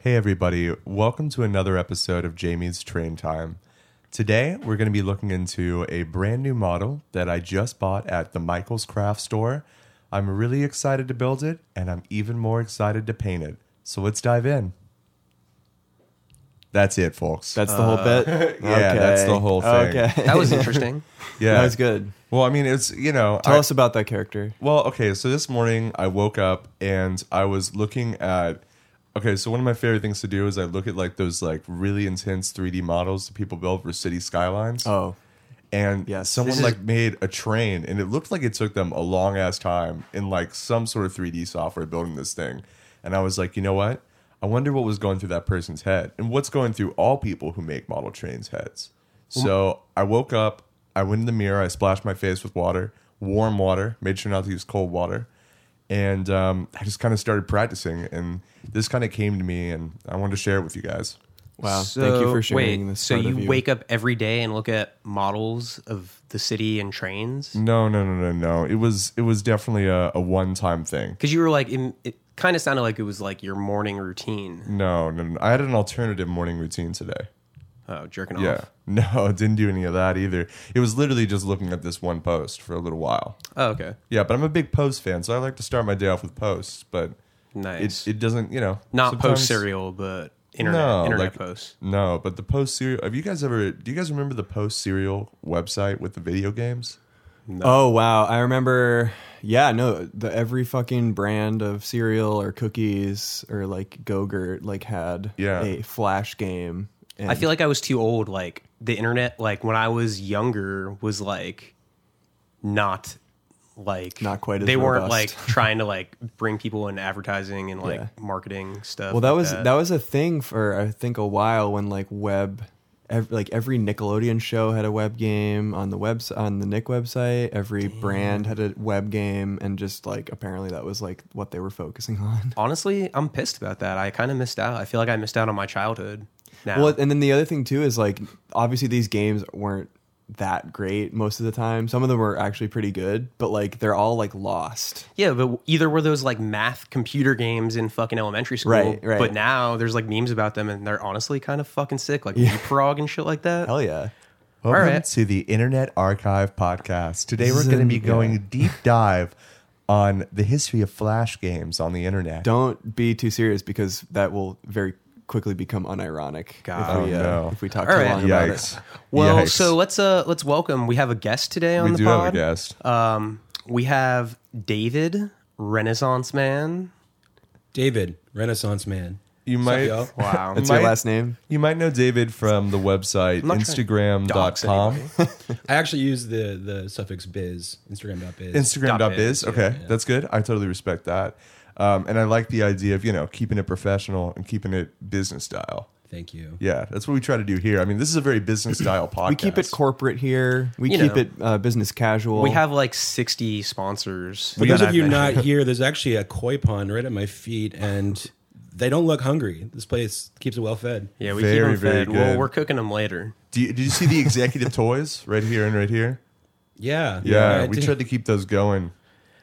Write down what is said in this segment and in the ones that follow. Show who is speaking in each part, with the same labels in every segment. Speaker 1: Hey, everybody. Welcome to another episode of Jamie's Train Time. Today, we're going to be looking into a brand new model that I just bought at the Michaels Craft Store. I'm really excited to build it, and I'm even more excited to paint it. So let's dive in. That's it, folks.
Speaker 2: That's the whole bit.
Speaker 1: yeah, that's the whole thing.
Speaker 2: Okay,
Speaker 3: That was interesting.
Speaker 1: yeah.
Speaker 2: that was good.
Speaker 1: Well, I mean, it's, you know,
Speaker 2: Tell
Speaker 1: I-
Speaker 2: us about that character.
Speaker 1: Well, okay, so this morning I woke up and I was looking at okay, so one of my favorite things to do is I look at like those like really intense 3D models that people build for city skylines.
Speaker 2: Oh,
Speaker 1: and
Speaker 2: yes.
Speaker 1: someone
Speaker 2: This is-
Speaker 1: like made a train and it looked like it took them a long ass time in like some sort of 3D software building this thing. And I was like, you know what? I wonder what was going through that person's head and what's going through all people who make model trains' heads. So I woke up, I went in the mirror, I splashed my face with water, warm water, made sure not to use cold water. And um, I just kind of started practicing, and this kind of came to me, and I wanted to share it with you guys.
Speaker 2: wow! Thank you for sharing
Speaker 3: wait,
Speaker 2: this.
Speaker 3: So
Speaker 2: part
Speaker 3: you
Speaker 2: of
Speaker 3: wake up every day and look at models of the city and trains
Speaker 1: No, no, no, no, no. It was it was definitely a, a one time thing.
Speaker 3: because you were like, in, it kind of sounded like it was like your morning routine.
Speaker 1: No, no, no. I had an alternative morning routine today.
Speaker 3: Oh, jerking
Speaker 1: Yeah.
Speaker 3: off.
Speaker 1: No, didn't do any of that either. It was literally just looking at this one post for a little while.
Speaker 3: Oh, okay,
Speaker 1: Yeah, but I'm a big post fan, so I like to start my day off with posts, but
Speaker 3: nice.
Speaker 1: it, it doesn't, you know.
Speaker 3: Not post
Speaker 1: sometimes-
Speaker 3: serial, but internet
Speaker 1: No,
Speaker 3: internet
Speaker 1: like-
Speaker 3: posts.
Speaker 1: No, but the post serial. Have you guys ever, do you guys remember the post serial website with the video games?
Speaker 2: Oh wow! I remember. Yeah, no, the every fucking brand of cereal or cookies or like Go-Gurt like had
Speaker 1: Yeah.
Speaker 2: a flash game. And
Speaker 3: I feel like I was too old. Like the internet, like when I was younger, was like not like
Speaker 2: Not quite as
Speaker 3: they weren't
Speaker 2: robust.
Speaker 3: like trying to like bring people in advertising and like
Speaker 2: Yeah.
Speaker 3: marketing stuff.
Speaker 2: well, that
Speaker 3: like
Speaker 2: was that. was a thing for I think a while when like web, ev- like every Nickelodeon show had a web game on the webs on the Nick website. Every brand had a web game, and just like apparently that was like what they were focusing on.
Speaker 3: honestly, I'm pissed about that. I kind of missed out. I feel like I missed out on my childhood. Now,
Speaker 2: Well, and then the other thing too is like obviously these games weren't that great most of the time. Some of them were actually pretty good, but like they're all like lost.
Speaker 3: yeah, but either were those like math computer games in fucking elementary school,
Speaker 2: Right, right.
Speaker 3: But now there's like memes about them, and they're honestly kind of fucking sick, like leapfrog and shit like that.
Speaker 2: Hell yeah.
Speaker 1: Welcome
Speaker 3: right.
Speaker 1: to the Internet Archive podcast. Today we're going to
Speaker 2: Zen-
Speaker 1: be going deep dive on the history of flash games on the internet.
Speaker 2: Don't be too serious because that will very quickly become unironic
Speaker 3: God.
Speaker 2: if we uh,
Speaker 1: Oh, no.
Speaker 2: if we talk
Speaker 3: All
Speaker 2: too
Speaker 3: right.
Speaker 2: long about it.
Speaker 1: Yikes.
Speaker 3: Well,
Speaker 1: Yikes.
Speaker 3: so let's uh let's welcome. We have a guest today on
Speaker 1: we
Speaker 3: the
Speaker 1: do
Speaker 3: pod.
Speaker 1: have a guest.
Speaker 3: Um, we have David, Renaissance man.
Speaker 4: David, Renaissance man.
Speaker 1: You
Speaker 4: Sup,
Speaker 1: might-
Speaker 4: y'all?
Speaker 3: Wow.
Speaker 2: That's your
Speaker 1: Might-
Speaker 2: last name.
Speaker 1: You might know David from the website
Speaker 3: not trying to dox
Speaker 1: Instagram.com.
Speaker 4: I actually use the the suffix biz, Instagram.biz.
Speaker 3: Dot
Speaker 1: Instagram.biz.
Speaker 3: biz,
Speaker 1: Okay, that's good. I totally respect that. Um, and I like the idea of, you know, keeping it professional and keeping it business style.
Speaker 4: Thank you.
Speaker 1: Yeah, that's what we try to do here. I mean, this is a very business style podcast.
Speaker 2: We keep it corporate here. We
Speaker 3: You
Speaker 2: keep
Speaker 3: know.
Speaker 2: it uh, business casual.
Speaker 3: we have like 60 sponsors.
Speaker 4: For
Speaker 3: that
Speaker 4: those of
Speaker 3: I've
Speaker 4: you
Speaker 3: mentioned.
Speaker 4: not here, there's actually a koi pond right at my feet, and they don't look hungry. This place keeps it well fed.
Speaker 3: Yeah, we
Speaker 1: Very,
Speaker 3: keep them
Speaker 1: very
Speaker 3: fed. Well,
Speaker 1: good.
Speaker 3: we're cooking them later.
Speaker 1: Do you, did you see the executive toys right here and right here?
Speaker 4: Yeah,
Speaker 1: Yeah,
Speaker 4: I
Speaker 1: we
Speaker 4: do-
Speaker 1: tried to keep those going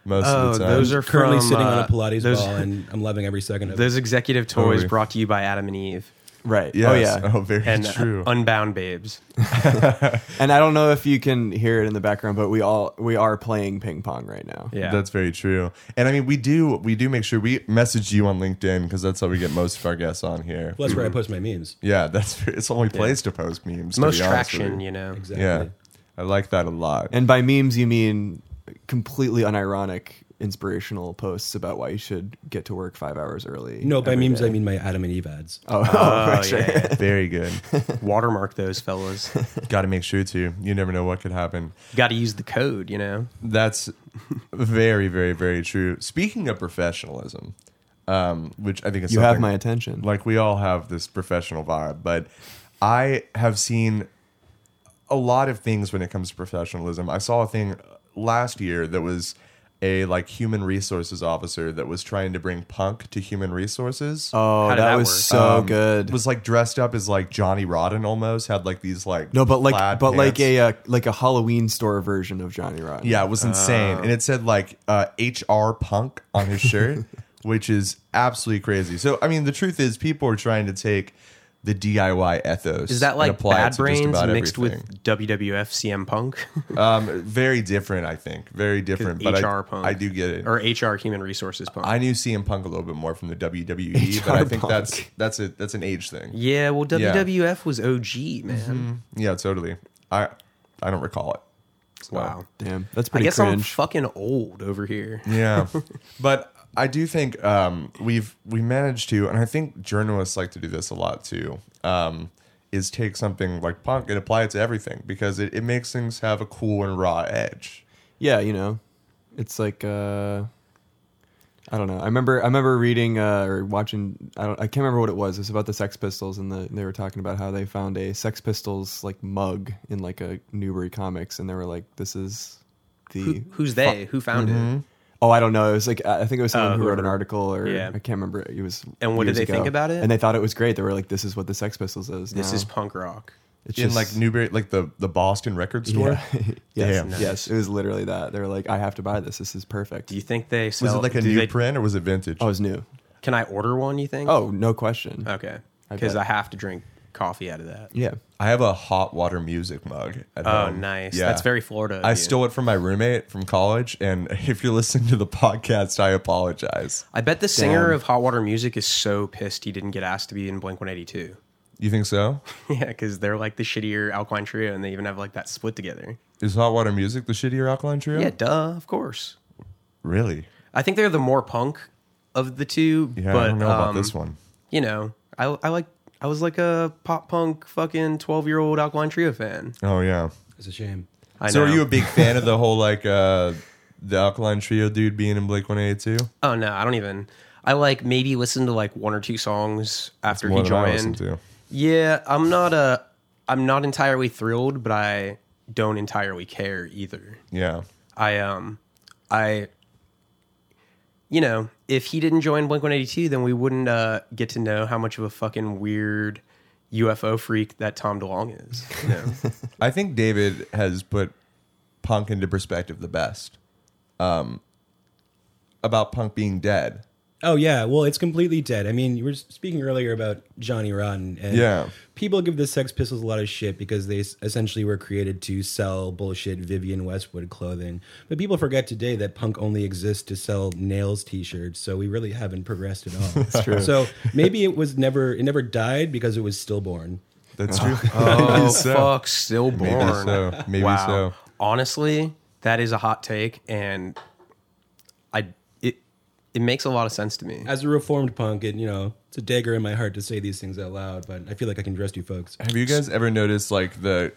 Speaker 1: most of the time.
Speaker 3: Oh, those are
Speaker 4: currently
Speaker 3: from,
Speaker 4: sitting on
Speaker 3: uh,
Speaker 4: a Pilates
Speaker 3: those-
Speaker 4: ball, and I'm loving every second of it.
Speaker 3: Those executive toys
Speaker 1: Totally.
Speaker 3: brought to you by Adam and Eve
Speaker 2: right.
Speaker 1: Yes.
Speaker 2: Oh yeah.
Speaker 1: Oh, very
Speaker 3: and uh,
Speaker 1: true.
Speaker 3: Unbound Babes.
Speaker 2: And I don't know if you can hear it in the background, but we all we are playing ping pong right now.
Speaker 3: Yeah,
Speaker 1: That's very true. And I mean, we do we do make sure we message you on LinkedIn because that's how we get most of our guests on here.
Speaker 4: Well, that's where I post my memes.
Speaker 1: Yeah, that's it's the only place to post memes. to
Speaker 3: most
Speaker 1: be honest with
Speaker 3: traction, you know.
Speaker 4: Exactly.
Speaker 1: Yeah, I like that a lot.
Speaker 2: And by memes, you mean completely unironic, inspirational posts about why you should get to work five hours early.
Speaker 4: No, by
Speaker 2: every
Speaker 4: memes
Speaker 2: day.
Speaker 4: I mean my Adam and Eve ads.
Speaker 2: Oh,
Speaker 3: Oh,
Speaker 2: right,
Speaker 3: yeah,
Speaker 2: right.
Speaker 3: yeah.
Speaker 1: Very good.
Speaker 3: Watermark those fellas.
Speaker 1: Got to make sure to. You never know what could happen.
Speaker 3: Got to use the code, you know.
Speaker 1: That's very, very, very true. Speaking of professionalism, um, which I think is
Speaker 2: You have
Speaker 1: something-
Speaker 2: my attention.
Speaker 1: Like we all have this professional vibe, but I have seen a lot of things when it comes to professionalism. I saw a thing last year that was a like human resources officer that was trying to bring punk to human resources.
Speaker 2: oh,
Speaker 3: How
Speaker 2: that,
Speaker 3: did that
Speaker 2: was
Speaker 3: work?
Speaker 2: so
Speaker 1: Um,
Speaker 2: good.
Speaker 1: Was like dressed up as like Johnny Rodden almost had like these like
Speaker 2: no, but like,
Speaker 1: plaid
Speaker 2: but like
Speaker 1: pants.
Speaker 2: a uh, like a Halloween store version of Johnny Rotten.
Speaker 1: yeah, it was insane, and it said like uh, HR punk on his shirt, which is absolutely crazy. So, I mean, the truth is, people are trying to take the DIY ethos.
Speaker 3: Is that
Speaker 1: and
Speaker 3: like
Speaker 1: apply it
Speaker 3: Bad
Speaker 1: to just
Speaker 3: Brains
Speaker 1: about
Speaker 3: mixed
Speaker 1: everything.
Speaker 3: with WWF CM Punk
Speaker 1: Um, very different, I think. Very different. But
Speaker 3: HR
Speaker 1: I,
Speaker 3: Punk.
Speaker 1: I do get it.
Speaker 3: or HR Human Resources Punk?
Speaker 1: I knew CM Punk a little bit more from the WWE, but I
Speaker 2: HR
Speaker 1: think
Speaker 2: Punk.
Speaker 1: that's that's a that's an age thing.
Speaker 3: yeah, well,
Speaker 1: Yeah. Mm-hmm.
Speaker 3: WWF was OG, man.
Speaker 1: Yeah, totally. I I don't recall it.
Speaker 3: Wow.
Speaker 2: Damn, that's
Speaker 3: I
Speaker 2: pretty
Speaker 3: guess I'm
Speaker 2: cringe.
Speaker 3: fucking old over here.
Speaker 1: Yeah, but I do think um, we've we managed to, and I think journalists like to do this a lot too. Um, is take something like punk and apply it to everything because it, it makes things have a cool and raw edge.
Speaker 2: yeah, you know, it's like uh, I don't know. I remember I remember reading uh, or watching. I don't. I can't remember what it was. It was about the Sex Pistols, and the, they were talking about how they found a Sex Pistols like mug in like a Newbery Comics, and they were like, "This is the
Speaker 3: Who, who's they? Who founded
Speaker 1: Mm-hmm.
Speaker 3: it?
Speaker 2: Oh, I don't know. It was like I I think it was someone
Speaker 3: Uh,
Speaker 2: who wrote an
Speaker 3: whoever.
Speaker 2: article, or
Speaker 3: Yeah.
Speaker 2: I can't remember. It was.
Speaker 3: And what did
Speaker 2: years
Speaker 3: they think
Speaker 2: ago.
Speaker 3: about it?
Speaker 2: And they thought it was great. They were like, "This is what the Sex Pistols is.
Speaker 3: This
Speaker 2: now."
Speaker 3: is punk rock.
Speaker 2: It's
Speaker 1: in like Newberry, like the the Boston record store.
Speaker 2: Yeah. yes,
Speaker 1: Damn.
Speaker 2: yes, it was literally that. They were like, "I have to buy this. This is perfect."
Speaker 3: Do you think they sell?
Speaker 1: Was it like a
Speaker 3: do
Speaker 1: new
Speaker 3: they-
Speaker 1: print or was it vintage?
Speaker 2: oh, it was new.
Speaker 3: Can I order one? You think?
Speaker 2: Oh, no question.
Speaker 3: okay. Because
Speaker 2: bet.
Speaker 3: I have to drink coffee out of that.
Speaker 2: yeah,
Speaker 1: I have a hot water music mug. At
Speaker 3: Oh,
Speaker 1: home.
Speaker 3: nice.
Speaker 1: Yeah.
Speaker 3: That's very Florida. of
Speaker 1: I
Speaker 3: you.
Speaker 1: stole it from my roommate from college, and if you're listening to the podcast, I apologize.
Speaker 3: I bet the singer
Speaker 2: Damn.
Speaker 3: of Hot Water Music is so pissed he didn't get asked to be in Blink 182.
Speaker 1: You think so?
Speaker 3: yeah, because they're like the shittier Alkaline Trio, and they even have like that split together.
Speaker 1: Is hot water music the shittier alkaline trio?
Speaker 3: Yeah, duh, of course.
Speaker 1: Really?
Speaker 3: I think they're the more punk of the two.
Speaker 1: Yeah,
Speaker 3: but,
Speaker 1: I don't know about
Speaker 3: um,
Speaker 1: this one.
Speaker 3: You know, I, I like I was like a pop punk fucking twelve year old Alkaline Trio fan.
Speaker 1: Oh yeah.
Speaker 4: It's a shame.
Speaker 3: I
Speaker 1: so
Speaker 3: know.
Speaker 1: are you a big fan of the whole like uh the alkaline trio dude being in Blake 182?
Speaker 3: Oh no, I don't even. I like maybe listen to like one or two songs after
Speaker 1: More
Speaker 3: he
Speaker 1: than I listen
Speaker 3: joined.
Speaker 1: to.
Speaker 3: Yeah, I'm not a. I'm not entirely thrilled, but I don't entirely care either.
Speaker 1: Yeah.
Speaker 3: I um, I. You know, if he didn't join Blink 182, then we wouldn't uh, get to know how much of a fucking weird UFO freak that Tom DeLong is. You know?
Speaker 1: I think David has put punk into perspective the best. Um about punk being dead.
Speaker 4: Oh yeah, well it's completely dead. I mean, you were speaking earlier about Johnny Rotten, and
Speaker 1: Yeah.
Speaker 4: people give the Sex Pistols a lot of shit because they s- essentially were created to sell bullshit Vivian Westwood clothing. But people forget today that punk only exists to sell nails T-shirts, so we really haven't progressed at all. That's
Speaker 2: true.
Speaker 4: So maybe it was never it never died because it was stillborn.
Speaker 1: That's true.
Speaker 3: Oh
Speaker 1: Maybe so.
Speaker 3: fuck, stillborn.
Speaker 1: Maybe so. Maybe
Speaker 3: wow.
Speaker 1: so.
Speaker 3: Honestly, that is a hot take, and I it it makes a lot of sense to me.
Speaker 4: As a reformed punk, it you know it's a dagger in my heart to say these things out loud, but I feel like I can trust you folks.
Speaker 1: Have you guys ever noticed like the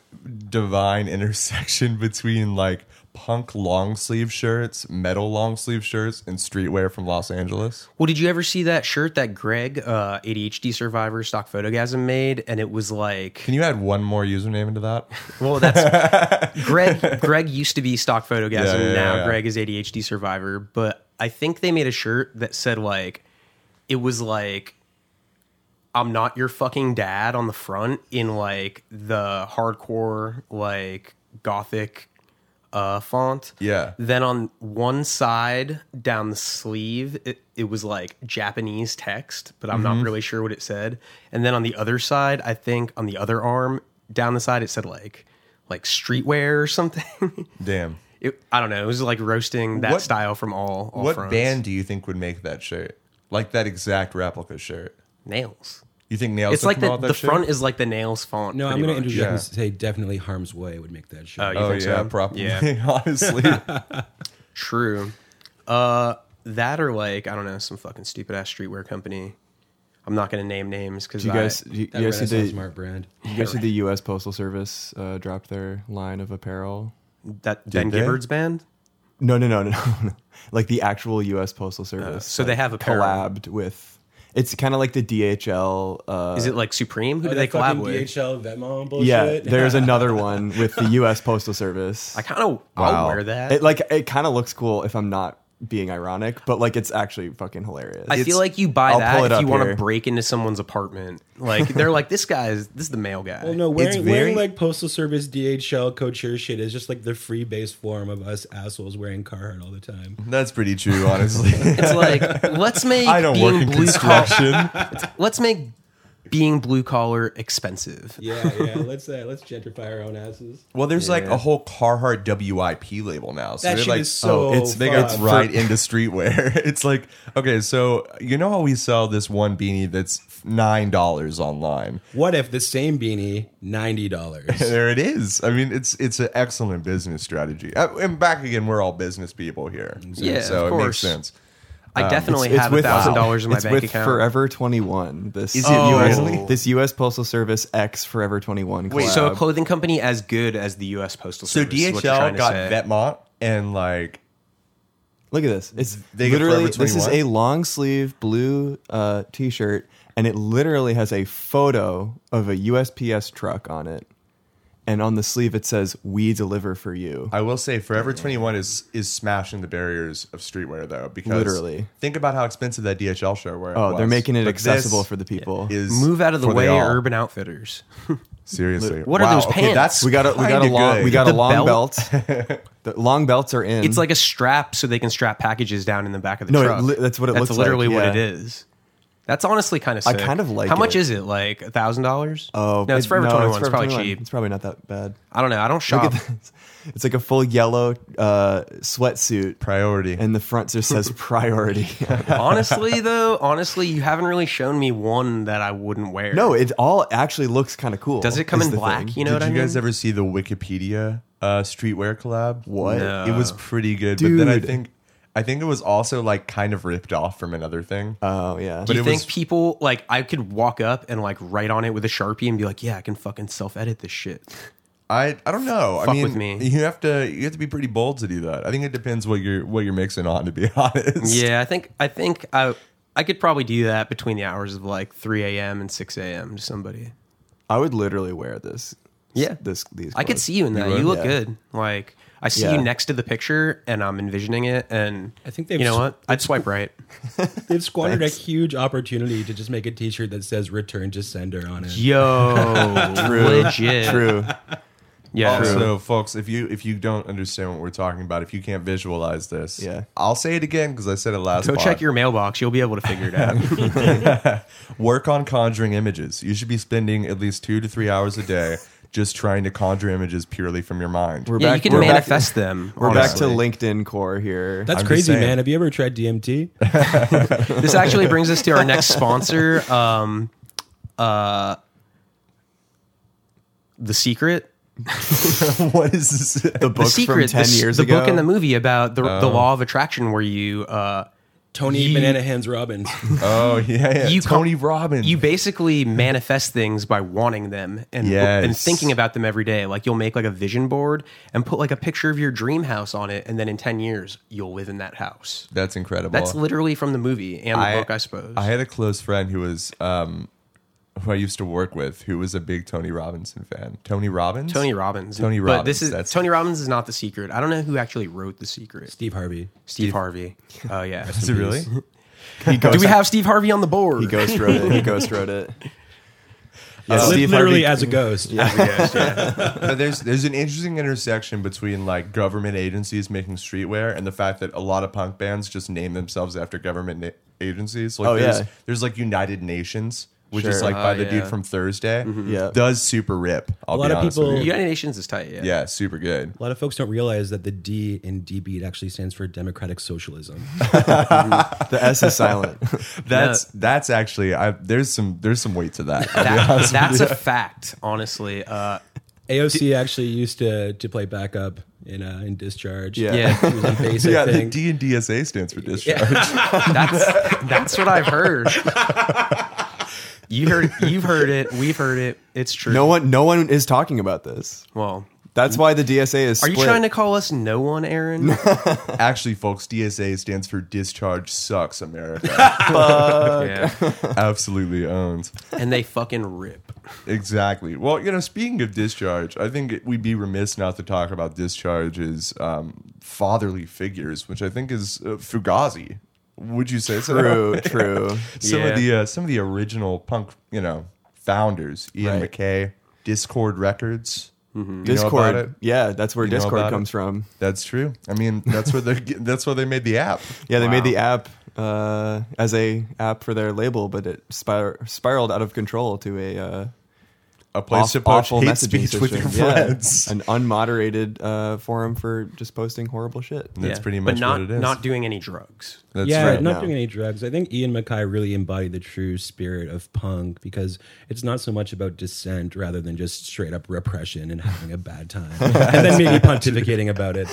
Speaker 1: divine intersection between like punk long sleeve shirts, metal long sleeve shirts, and streetwear from Los Angeles?
Speaker 3: Well, did you ever see that shirt that Greg, uh, ADHD survivor, stock photogasm made, and it was like,
Speaker 1: Can you add one more username into that?
Speaker 3: well, that's Greg. Greg used to be stock photogasm.
Speaker 1: Yeah, yeah, yeah,
Speaker 3: now
Speaker 1: yeah.
Speaker 3: Greg is ADHD survivor, but I think they made a shirt that said like, it was like. I'm not your fucking dad on the front in like the hardcore like gothic uh font.
Speaker 1: Yeah.
Speaker 3: Then on one side down the sleeve it, it was like Japanese text, but I'm
Speaker 1: Mm-hmm.
Speaker 3: not really sure what it said. And then on the other side, I think on the other arm down the side it said like like streetwear or something.
Speaker 1: Damn.
Speaker 3: it, I don't know. It was like roasting that
Speaker 1: What-
Speaker 3: style from all, all
Speaker 1: what
Speaker 3: fronts.
Speaker 1: band do you think would make that shirt? Like that exact replica shirt?
Speaker 3: Nails.
Speaker 1: You think Nails?
Speaker 3: It's like the,
Speaker 1: that
Speaker 3: the
Speaker 1: shirt?
Speaker 3: front is like the nails font.
Speaker 4: No, I'm
Speaker 3: pretty
Speaker 4: going to
Speaker 3: much.
Speaker 4: interject
Speaker 1: Yeah.
Speaker 4: and say definitely Harm's Way would make that shit.
Speaker 3: Oh, you
Speaker 1: Oh yeah,
Speaker 3: think so?
Speaker 1: probably.
Speaker 3: Yeah.
Speaker 1: Honestly,
Speaker 3: True. Uh, that or like I don't know some fucking stupid ass streetwear company. I'm not gonna name names because
Speaker 2: do you guys, do you,
Speaker 4: that
Speaker 2: you guys see the,
Speaker 4: Renaissance Mart brand.
Speaker 2: you guys see the U.S. Postal Service uh, dropped their line of apparel.
Speaker 3: that Ben
Speaker 1: they?
Speaker 3: Gibbard's band.
Speaker 2: No, no, no, no, no, no. Like the actual U.S. Postal Service.
Speaker 3: so
Speaker 2: like,
Speaker 3: they have Uh, apparel.
Speaker 2: collabed with. It's kind of like the DHL. Uh,
Speaker 3: Is it like Supreme? Who
Speaker 4: Oh,
Speaker 3: do they
Speaker 4: that
Speaker 3: collab
Speaker 4: fucking
Speaker 3: with?
Speaker 4: DHL Venmo bullshit.
Speaker 2: yeah, there's another one with the U.S. Postal Service.
Speaker 3: I kind of I'll wear that.
Speaker 2: It like it kind of looks cool if I'm not being ironic, but like it's actually fucking hilarious.
Speaker 3: I
Speaker 2: It's-
Speaker 3: feel like you
Speaker 2: I'll
Speaker 3: buy
Speaker 2: pull
Speaker 3: that
Speaker 2: it
Speaker 3: if you
Speaker 2: up
Speaker 3: want to
Speaker 2: here.
Speaker 3: break into someone's apartment. Like they're like, this guy is this is the male guy.
Speaker 4: Well, no, wearing,
Speaker 1: very-
Speaker 4: wearing like postal service DHL code share shit is just like the free base form of us assholes wearing Carhartt all the time.
Speaker 1: That's pretty true, honestly.
Speaker 3: It's like let's make
Speaker 1: I don't work
Speaker 3: being
Speaker 1: in
Speaker 3: blue collar.
Speaker 1: construction.
Speaker 3: Let's make being blue collar expensive.
Speaker 4: Yeah, yeah. let's uh, let's gentrify our own asses.
Speaker 1: Well, there's like a whole Carhartt WIP label now. So
Speaker 4: That
Speaker 1: they're
Speaker 4: shit
Speaker 1: like, oh,
Speaker 4: is so
Speaker 1: it's they got
Speaker 4: fun.
Speaker 1: right into streetwear. it's like, okay, so you know how we sell this one beanie that's nine dollars online?
Speaker 4: What if the same beanie ninety dollars?
Speaker 1: There it is. I mean, it's it's an excellent business strategy. Uh, And back again, we're all business people here.
Speaker 3: Yeah,
Speaker 1: so
Speaker 3: of
Speaker 1: it makes
Speaker 3: course.
Speaker 1: sense.
Speaker 3: I definitely
Speaker 2: Um, it's
Speaker 3: have a
Speaker 2: with- uh,
Speaker 3: thousand dollars in my
Speaker 2: it's
Speaker 3: bank
Speaker 2: with
Speaker 3: account.
Speaker 2: Forever 21. This
Speaker 1: Is it
Speaker 2: oh.
Speaker 1: really?
Speaker 2: US, this US Postal Service X Forever 21 collab.
Speaker 1: Wait,
Speaker 3: So a clothing company as good as the U.S. Postal
Speaker 1: So
Speaker 3: Service. is what you're
Speaker 1: DHL
Speaker 3: trying to
Speaker 1: got
Speaker 3: say.
Speaker 1: Vetmont and like
Speaker 2: Look at this. It's
Speaker 1: They get
Speaker 2: literally
Speaker 1: Forever
Speaker 2: this is
Speaker 1: 21?
Speaker 2: a long sleeve blue uh, t-shirt, and it literally has a photo of a USPS truck on it, and on the sleeve it says "We deliver for you."
Speaker 1: I will say Forever 21 is is smashing the barriers of streetwear though because
Speaker 2: Literally.
Speaker 1: think about how expensive that DHL show where
Speaker 2: Oh, they're making it accessible for the people.
Speaker 1: is
Speaker 3: Move out of the
Speaker 1: for
Speaker 3: way,
Speaker 1: all.
Speaker 3: Urban Outfitters.
Speaker 1: Seriously.
Speaker 3: What are those pants?
Speaker 1: that's
Speaker 2: we got a we got a
Speaker 1: kinda
Speaker 2: long
Speaker 1: good.
Speaker 2: we got a
Speaker 3: The
Speaker 2: long
Speaker 3: belt?
Speaker 2: belt. the long belts are in.
Speaker 3: It's like a strap, so they can strap packages down in the back of the
Speaker 2: No, it
Speaker 3: truck.
Speaker 2: li- that's what it
Speaker 3: that's
Speaker 2: looks like,
Speaker 3: literally what it
Speaker 2: yeah.
Speaker 3: is. That's honestly kind of.
Speaker 2: I
Speaker 3: Sick.
Speaker 2: kind of like
Speaker 3: How much
Speaker 2: it.
Speaker 3: is it? Like a thousand dollars?
Speaker 2: oh
Speaker 3: no, it's
Speaker 2: it-
Speaker 3: Forever Twenty One. It's,
Speaker 2: Forever
Speaker 3: probably
Speaker 2: 21.
Speaker 3: cheap.
Speaker 2: It's probably not that bad.
Speaker 3: I don't know. I don't
Speaker 2: Look
Speaker 3: shop.
Speaker 2: at this. It's like a full yellow uh, sweatsuit,
Speaker 1: priority.
Speaker 2: and the front just says priority.
Speaker 3: honestly, though, honestly, you haven't really shown me one that I wouldn't wear.
Speaker 2: no, it all actually looks kind of cool.
Speaker 3: does it come
Speaker 2: is
Speaker 3: in
Speaker 2: the
Speaker 3: black?
Speaker 2: thing.
Speaker 3: You
Speaker 1: Did
Speaker 3: know what
Speaker 1: you
Speaker 3: I mean?
Speaker 1: guys ever see the Wikipedia uh, streetwear collab?
Speaker 2: What?
Speaker 3: No.
Speaker 1: It was pretty good, but then I
Speaker 2: Dude.
Speaker 1: think I think it was also like kind of ripped off from another thing.
Speaker 3: Uh,
Speaker 2: Oh yeah.
Speaker 3: Do you
Speaker 1: it
Speaker 3: think
Speaker 1: was-
Speaker 3: people like I could walk up and like write on it with a sharpie and be like, "Yeah, I can fucking self edit this shit."
Speaker 1: I I don't know. I
Speaker 3: Fuck
Speaker 1: mean,
Speaker 3: with me.
Speaker 1: you have to you have to be pretty bold to do that. I think it depends what you're what you're mixing on. To be honest,
Speaker 3: yeah, I think I think I I could probably do that between the hours of like three a.m. and six a.m. to somebody.
Speaker 2: I would literally wear this.
Speaker 3: Yeah.
Speaker 2: This these.
Speaker 3: I could
Speaker 2: clothes.
Speaker 3: see you in that. You,
Speaker 1: would?
Speaker 3: look
Speaker 2: Yeah.
Speaker 3: good. Like I see
Speaker 2: Yeah.
Speaker 3: you next to the picture, and I'm envisioning it. And
Speaker 4: I think they've
Speaker 3: you know
Speaker 4: s-
Speaker 3: what? I'd swipe right.
Speaker 4: They've squandered a huge opportunity to just make a T-shirt that says "Return to Sender" on it.
Speaker 3: Yo, legit.
Speaker 2: True.
Speaker 3: Yeah.
Speaker 1: Also, folks, if you if you don't understand what we're talking about, if you can't visualize this,
Speaker 2: Yeah.
Speaker 1: I'll say it again because I said it last.
Speaker 3: Go
Speaker 1: pod.
Speaker 3: check your mailbox. You'll be able to figure it out.
Speaker 1: work on conjuring images. You should be spending at least two to three hours a day just trying to conjure images purely from your mind.
Speaker 2: We're
Speaker 3: yeah, you
Speaker 2: back-
Speaker 3: can
Speaker 2: we're back-
Speaker 3: manifest them.
Speaker 2: We're
Speaker 3: honestly.
Speaker 2: back to LinkedIn core here.
Speaker 4: That's
Speaker 1: I'm just
Speaker 4: crazy,
Speaker 1: saying.
Speaker 4: man. Have you ever tried DMT?
Speaker 3: This actually brings us to our next sponsor, um, uh, The Secret.
Speaker 1: what is this?
Speaker 2: the book
Speaker 3: The Secret,
Speaker 2: from ten
Speaker 3: the, s-
Speaker 2: years
Speaker 3: the
Speaker 2: ago.
Speaker 3: book and the movie about the,
Speaker 1: Oh.
Speaker 3: the law of attraction, where you uh,
Speaker 4: Tony
Speaker 3: Ye-
Speaker 4: Banana Hands Robbins.
Speaker 1: oh yeah, yeah.
Speaker 3: You co-
Speaker 1: Tony Robbins.
Speaker 3: you basically manifest things by wanting them and
Speaker 1: Yes.
Speaker 3: and thinking about them every day. Like you'll make like a vision board and put like a picture of your dream house on it, and then in ten years you'll live in that house.
Speaker 1: That's incredible.
Speaker 3: That's literally from the movie and the book, I suppose.
Speaker 1: I had a close friend who was um, who I used to work with, who was a big Tony Robinson fan. Tony Robbins.
Speaker 3: Tony Robbins.
Speaker 1: Tony
Speaker 3: But this
Speaker 1: Robbins,
Speaker 3: is
Speaker 1: that's-
Speaker 3: Tony Robbins is not the secret. I don't know who actually wrote the secret.
Speaker 4: Steve Harvey.
Speaker 3: Steve Harvey. Oh yeah.
Speaker 1: Is it really?
Speaker 2: he
Speaker 3: Do
Speaker 2: ghost,
Speaker 3: we have Steve Harvey on the board?
Speaker 2: he ghost wrote it. He ghost wrote it. Yeah,
Speaker 4: Li-
Speaker 2: Steve
Speaker 4: Uh, literally
Speaker 2: Harvey-
Speaker 4: as a ghost.
Speaker 1: but there's there's an interesting intersection between like government agencies making streetwear and the fact that a lot of punk bands just name themselves after government na- agencies. Like
Speaker 2: Oh,
Speaker 1: there's,
Speaker 2: yeah.
Speaker 1: there's like United Nations, which is
Speaker 2: Sure.
Speaker 1: like by
Speaker 3: Ah,
Speaker 1: the dude
Speaker 3: yeah.
Speaker 1: from Thursday.
Speaker 2: Yeah.
Speaker 1: does super rip. I'll
Speaker 4: A lot
Speaker 1: be
Speaker 4: of
Speaker 1: honest
Speaker 4: people-
Speaker 1: with you.
Speaker 3: United Nations is tight. Yeah.
Speaker 1: Yeah, super good.
Speaker 4: A lot of folks don't realize that the D in DB actually stands for democratic socialism.
Speaker 2: the S is silent.
Speaker 1: That's that's actually I, there's some there's some weight to that. I'll be
Speaker 3: That-
Speaker 1: honest with
Speaker 3: that's
Speaker 1: you.
Speaker 3: a fact, honestly. Uh,
Speaker 4: AOC actually used to to play backup in uh, in Discharge.
Speaker 2: Yeah.
Speaker 3: yeah,
Speaker 4: She was on bass, I
Speaker 1: yeah. The
Speaker 4: think.
Speaker 1: D and DSA stands for discharge.
Speaker 3: that's that's what I've heard. You heard, you've heard it. We've heard it. It's true.
Speaker 2: No one, no one is talking about this.
Speaker 3: Well,
Speaker 2: That's why the DSA is
Speaker 3: Are
Speaker 2: split.
Speaker 3: you trying to call us no one, Aaron?
Speaker 1: Actually, folks, DSA stands for Discharge Sucks America.
Speaker 3: Yeah.
Speaker 1: Absolutely owned.
Speaker 3: and they fucking rip.
Speaker 1: Exactly. Well, you know, speaking of discharge, I think it- we'd be remiss not to talk about discharge's um, fatherly figures, which I think is uh, Fugazi. Would you say so?
Speaker 2: True, true.
Speaker 1: some
Speaker 3: Yeah.
Speaker 1: of the uh, some of the original punk, you know, founders, Ian
Speaker 2: Right. Mm-hmm.
Speaker 1: McKay, Discord Records. You know
Speaker 2: Discord.
Speaker 1: about it?
Speaker 2: Yeah, that's where
Speaker 1: know
Speaker 2: Discord
Speaker 1: about
Speaker 2: comes
Speaker 1: it?
Speaker 2: from.
Speaker 1: That's true. I mean, that's where they that's where they made the app.
Speaker 2: Yeah, they made
Speaker 3: Wow.
Speaker 2: the app uh, as a app for their label, but it spir- spiraled out of control to a uh,
Speaker 1: A place
Speaker 2: aw-
Speaker 1: to post
Speaker 2: awful
Speaker 1: hate
Speaker 2: messaging
Speaker 1: speech with your
Speaker 2: system. Yeah,
Speaker 1: friends.
Speaker 2: an unmoderated uh, forum for just posting horrible shit.
Speaker 1: That's
Speaker 3: Yeah.
Speaker 1: pretty much
Speaker 3: But not,
Speaker 1: what it is.
Speaker 3: not doing any drugs.
Speaker 1: that's
Speaker 4: yeah,
Speaker 1: right.
Speaker 4: not
Speaker 2: no.
Speaker 4: doing any drugs. I think Ian Mackay really embodied the true spirit of punk because it's not so much about dissent rather than just straight up repression and having a bad time and then maybe pontificating about it.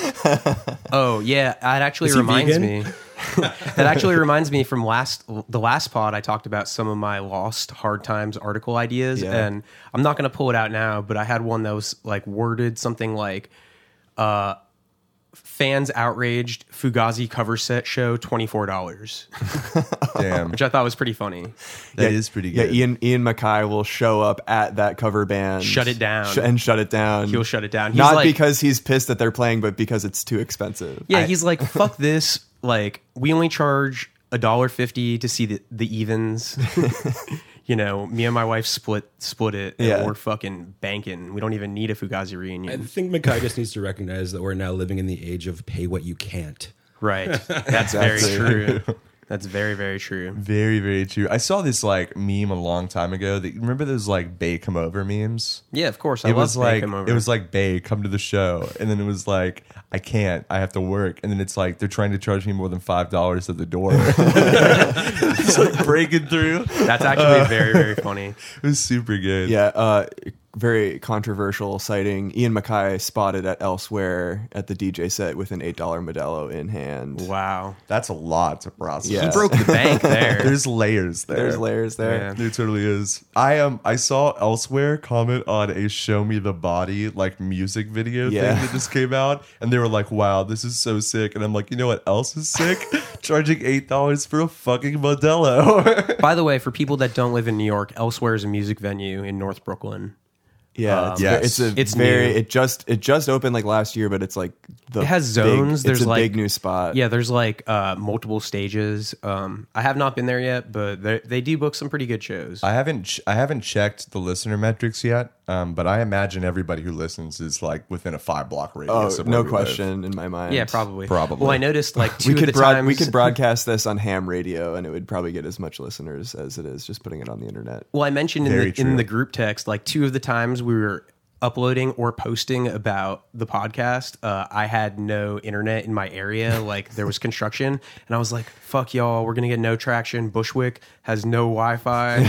Speaker 3: Oh yeah, it actually
Speaker 4: Is he
Speaker 3: reminds
Speaker 4: vegan?
Speaker 3: me. that actually reminds me from last the last pod I talked about some of my lost hard times article ideas,
Speaker 2: Yeah.
Speaker 3: and I'm not going to pull it out now, but I had one that was like worded something like, uh, "Fans outraged Fugazi cover set show twenty four dollars,"
Speaker 1: Damn,
Speaker 3: which I thought was pretty funny.
Speaker 1: that is pretty
Speaker 2: Yeah,
Speaker 1: good.
Speaker 2: Ian Ian Mackay will show up at that cover band,
Speaker 3: Shut it down.
Speaker 2: sh- and shut it down.
Speaker 3: He'll shut it down. He's
Speaker 2: Not
Speaker 3: like-
Speaker 2: because he's pissed that they're playing, but because it's too expensive.
Speaker 3: Yeah, he's like, "Fuck this! Like, we only charge a dollar fifty to see the the evens. you know, me and my wife split split it, and
Speaker 2: Yeah.
Speaker 3: we're fucking banking. We don't even need a Fugazi
Speaker 4: I
Speaker 3: reunion,
Speaker 4: think Mackay just needs to recognize that we're now living in the age of pay what you can't.
Speaker 3: right? That's very
Speaker 2: Exactly.
Speaker 3: true. That's very very true.
Speaker 1: Very, very true. I saw this like meme a long time ago. That remember those like Bay come over memes?
Speaker 3: Yeah, of course. I
Speaker 1: It
Speaker 3: love
Speaker 1: was like
Speaker 3: Bank 'Em over.
Speaker 1: it was like Bay come to the show, and then it was like I can't, I have to work, and then it's like they're trying to charge me more than five dollars at the door. it's like breaking through.
Speaker 3: that's actually very very funny.
Speaker 1: It was super good.
Speaker 2: Yeah, uh, very controversial sighting. Ian Mackay spotted at elsewhere at the DJ set with an eight dollar Modelo in hand.
Speaker 3: Wow,
Speaker 1: that's a lot to process.
Speaker 2: Yeah.
Speaker 3: he broke the bank there.
Speaker 1: There's layers there.
Speaker 2: There's layers there.
Speaker 3: Yeah.
Speaker 1: There totally is. I um I saw elsewhere comment on a show me the body like music video
Speaker 2: Yeah.
Speaker 1: thing that just came out, and they were like, "Wow, this is so sick," and I'm like, "You know what else is sick? Charging eight dollars for a fucking Modelo."
Speaker 3: By the way, for people that don't live in New York, elsewhere is a music venue in North Brooklyn.
Speaker 2: Yeah, it's,
Speaker 1: yes.
Speaker 2: it's a
Speaker 3: It's
Speaker 2: very
Speaker 3: new.
Speaker 2: it just it just opened like last year, but it's like the
Speaker 3: It has
Speaker 2: big-
Speaker 3: zones.
Speaker 2: it's
Speaker 3: There's
Speaker 2: a
Speaker 3: like
Speaker 2: big new spot.
Speaker 3: Yeah, there's like uh, multiple stages. Um, I have not been there yet, but they they do book some pretty good shows.
Speaker 1: I haven't ch- I haven't checked the listener metrics yet, um, but I imagine everybody who listens is like within a five block
Speaker 2: oh,
Speaker 1: radius. of where
Speaker 2: no
Speaker 1: we live.
Speaker 2: question in my mind.
Speaker 3: yeah, probably.
Speaker 1: Probably.
Speaker 3: Well, I noticed like two
Speaker 2: We
Speaker 3: of
Speaker 2: could
Speaker 3: the
Speaker 2: broad,
Speaker 3: times
Speaker 2: we could broadcast this on ham radio, and it would probably get as much listeners as it is just putting it on the internet.
Speaker 3: Well, I mentioned in
Speaker 1: Very
Speaker 3: the, in
Speaker 1: true.
Speaker 3: the group text like two of the times we were uploading or posting about the podcast. Uh, I had no internet in my area. Like there was construction, and I was like, "Fuck y'all, we're gonna get no traction." Bushwick has no Wi-Fi.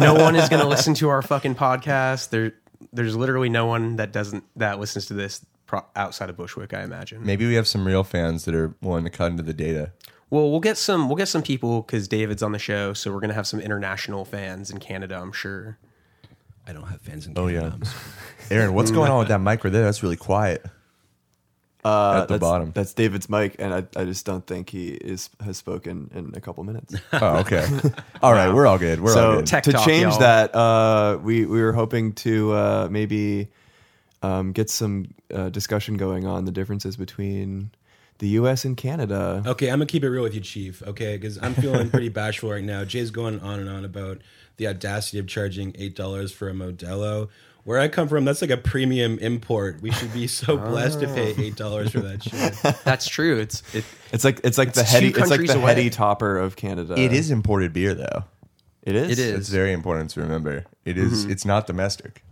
Speaker 3: no one is gonna listen to our fucking podcast. There, there's literally no one that doesn't that listens to this pro- outside of Bushwick. I imagine.
Speaker 1: Maybe we have some real fans that are willing to cut into the data.
Speaker 3: Well, we'll get some we'll get some people because David's on the show, so we're gonna have some international fans in Canada. I'm sure.
Speaker 4: I don't have fans in
Speaker 1: Oh, yeah.
Speaker 4: Canada. I'm sorry.
Speaker 1: Aaron, what's going on with that mic right there? That's really quiet.
Speaker 2: Uh,
Speaker 1: At the
Speaker 2: that's-
Speaker 1: bottom.
Speaker 2: that's David's mic, and I, I just don't think he is has spoken in a couple minutes.
Speaker 1: Oh, okay. All right, we're all good. We're all
Speaker 2: so
Speaker 1: good.
Speaker 3: Tech
Speaker 2: to
Speaker 3: talk,
Speaker 2: change
Speaker 3: y'all.
Speaker 2: that, uh, we we were hoping to uh, maybe um, get some uh, discussion going on the differences between the U.S. and Canada.
Speaker 4: Okay, I'm gonna keep it real with you, Chief. Okay, because I'm feeling pretty bashful right now. Jay's going on and on about the audacity of charging eight dollars for a Modelo. Where I come from, that's like a premium import. We should be so blessed to pay
Speaker 2: Oh.
Speaker 4: eight dollars for that shit.
Speaker 3: That's true. It's it,
Speaker 2: It's like it's like the
Speaker 3: two
Speaker 2: heady it's like
Speaker 3: countries
Speaker 2: the
Speaker 3: away.
Speaker 2: heady topper of Canada.
Speaker 1: It is imported beer, though.
Speaker 2: It is.
Speaker 3: It is.
Speaker 1: It's very important to remember. It is- It's not domestic.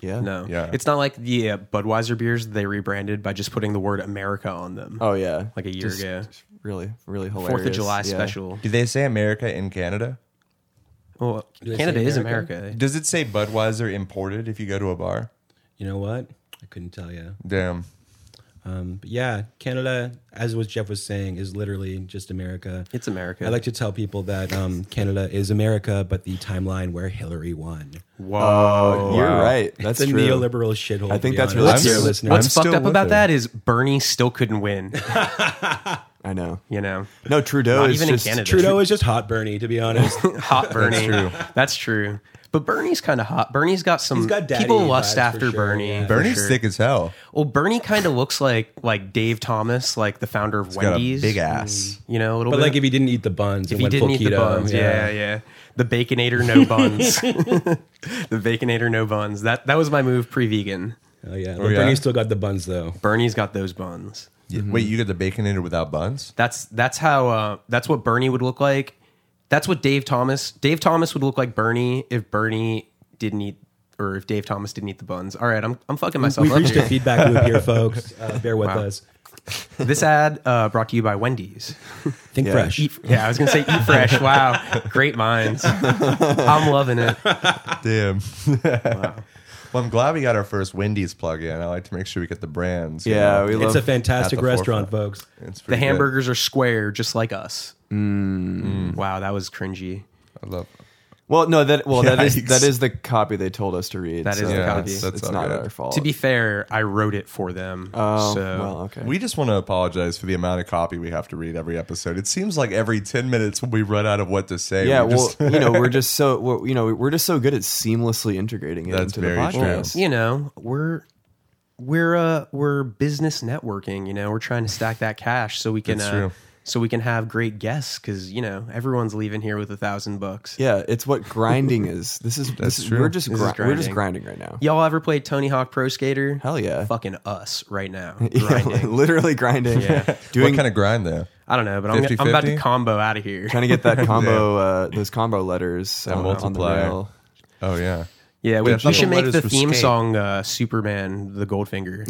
Speaker 2: Yeah.
Speaker 3: no,
Speaker 1: Yeah.
Speaker 3: it's not like the uh, Budweiser beers they rebranded by just putting the word America on them.
Speaker 2: Oh yeah.
Speaker 3: Like a year
Speaker 2: Just-
Speaker 3: ago.
Speaker 2: just Really, really hilarious.
Speaker 3: Fourth of July
Speaker 2: Yeah.
Speaker 3: special.
Speaker 1: Do they say America in Canada?
Speaker 3: Well,
Speaker 4: they
Speaker 3: Canada
Speaker 4: say
Speaker 3: is
Speaker 4: America?
Speaker 3: America.
Speaker 1: Does it say Budweiser imported if you go to a bar?
Speaker 4: You know what? I couldn't tell you.
Speaker 1: Damn.
Speaker 4: Um, but yeah, Canada, as what Jeff was saying, is literally just America.
Speaker 3: It's America.
Speaker 4: I like to tell people that um, Canada is America, but the timeline where Hillary won.
Speaker 3: Oh,
Speaker 2: Whoa, you're right. That's
Speaker 4: It's a
Speaker 2: true.
Speaker 4: neoliberal shithole.
Speaker 2: I
Speaker 4: to
Speaker 2: think
Speaker 4: be
Speaker 2: that's
Speaker 4: honest.
Speaker 2: really
Speaker 4: Dear
Speaker 2: true.
Speaker 4: listener.
Speaker 3: What's
Speaker 1: I'm still
Speaker 3: fucked up
Speaker 1: with
Speaker 3: about
Speaker 1: it.
Speaker 3: that is Bernie still couldn't win.
Speaker 2: I know.
Speaker 3: You know,
Speaker 2: No, Trudeau
Speaker 3: not
Speaker 2: is
Speaker 3: even
Speaker 2: just
Speaker 3: in Canada.
Speaker 4: Trudeau is just hot Bernie, to be honest.
Speaker 3: hot Bernie. That's true. But Bernie's kind of hot. Bernie's got some
Speaker 4: He's got daddy
Speaker 3: people
Speaker 4: vibes
Speaker 3: lust
Speaker 4: for
Speaker 3: after
Speaker 4: sure,
Speaker 3: Bernie.
Speaker 4: yeah.
Speaker 3: for
Speaker 1: Bernie's
Speaker 3: sure.
Speaker 1: thick as hell.
Speaker 3: Well, Bernie kind of looks like like Dave Thomas, like the founder of
Speaker 1: Got a
Speaker 3: Wendy's.
Speaker 1: big ass.
Speaker 3: You know, a little
Speaker 4: But
Speaker 3: bit.
Speaker 4: like if he didn't eat the buns,
Speaker 3: if
Speaker 4: and
Speaker 3: he
Speaker 4: went
Speaker 3: didn't
Speaker 4: full
Speaker 3: eat the
Speaker 4: keto,
Speaker 3: buns, yeah. yeah, the Baconator no buns, the Baconator no buns. That that was my move pre-vegan.
Speaker 4: Oh yeah.
Speaker 1: yeah.
Speaker 4: Bernie still got the buns though.
Speaker 3: Bernie's got those buns.
Speaker 1: Yeah. Wait, you got the baconator without buns?
Speaker 3: That's that's how uh, that's what Bernie would look like. That's what Dave Thomas. Dave Thomas would look like Bernie if Bernie didn't eat or if Dave Thomas didn't eat the buns. All right, I'm I'm fucking myself
Speaker 4: We've
Speaker 3: up
Speaker 4: reached a
Speaker 3: here.
Speaker 4: feedback loop here, folks. Uh, bear with us.
Speaker 3: this ad uh, brought to you by Wendy's.
Speaker 4: Think fresh.
Speaker 3: Eat, yeah, I was gonna say eat fresh. Wow, great minds. I'm loving it.
Speaker 1: Damn. well, I'm glad we got our first Wendy's plug in. I like to make sure we get the brands. you
Speaker 2: Yeah,
Speaker 1: know.
Speaker 2: we
Speaker 4: It's
Speaker 2: love
Speaker 4: a fantastic
Speaker 1: At the
Speaker 4: restaurant, folks.
Speaker 1: It's pretty
Speaker 3: The
Speaker 1: good. Mm.
Speaker 3: hamburgers are square, just like us. Mm, Wow, that was cringy.
Speaker 1: I love
Speaker 2: Well, no, that well that is
Speaker 1: Yikes.
Speaker 2: that is the copy they told us to read.
Speaker 3: That is
Speaker 2: so
Speaker 3: the
Speaker 2: it's-
Speaker 3: copy.
Speaker 2: It's,
Speaker 1: That's all
Speaker 2: not
Speaker 1: good.
Speaker 2: our fault.
Speaker 3: To be fair, I wrote it for them.
Speaker 2: oh,
Speaker 3: so
Speaker 2: well, okay.
Speaker 1: We just want to apologize for the amount of copy we have to read every episode. It seems like every 10 minutes we run out of what to say.
Speaker 2: yeah,
Speaker 1: we just-
Speaker 2: well, you know, we're just so we're, you know we're just so good at seamlessly integrating it
Speaker 1: That's
Speaker 2: into the
Speaker 1: very true.
Speaker 2: podcast.
Speaker 3: you know, we're we're uh we're business networking, you know, we're trying to stack that cash so we can
Speaker 1: That's
Speaker 3: uh,
Speaker 1: true.
Speaker 3: so we can have great guests cuz you know, everyone's leaving here with a thousand bucks.
Speaker 2: Yeah, it's what grinding is. This is this is,
Speaker 1: true.
Speaker 2: We're just
Speaker 3: This is
Speaker 2: gri- we're just
Speaker 3: grinding.
Speaker 2: grinding right now.
Speaker 3: Y'all ever played Tony Hawk Pro Skater?
Speaker 2: Hell yeah.
Speaker 3: Fucking us right now.
Speaker 2: Yeah,
Speaker 3: Grinding.
Speaker 2: literally grinding.
Speaker 3: Yeah.
Speaker 2: Doing
Speaker 1: what kind of grind there?
Speaker 3: I don't know, but I'm,
Speaker 1: 50,
Speaker 3: I'm about to
Speaker 1: 50?
Speaker 3: combo out of here.
Speaker 2: trying to get that combo uh, those combo letters on, on the
Speaker 1: multiplier.
Speaker 2: rail.
Speaker 1: Oh, yeah.
Speaker 3: Yeah, we,
Speaker 1: Yeah,
Speaker 3: we
Speaker 1: that's what
Speaker 3: should make
Speaker 1: letters
Speaker 3: the
Speaker 1: for
Speaker 3: theme
Speaker 1: skate.
Speaker 3: song uh, Superman the Goldfinger.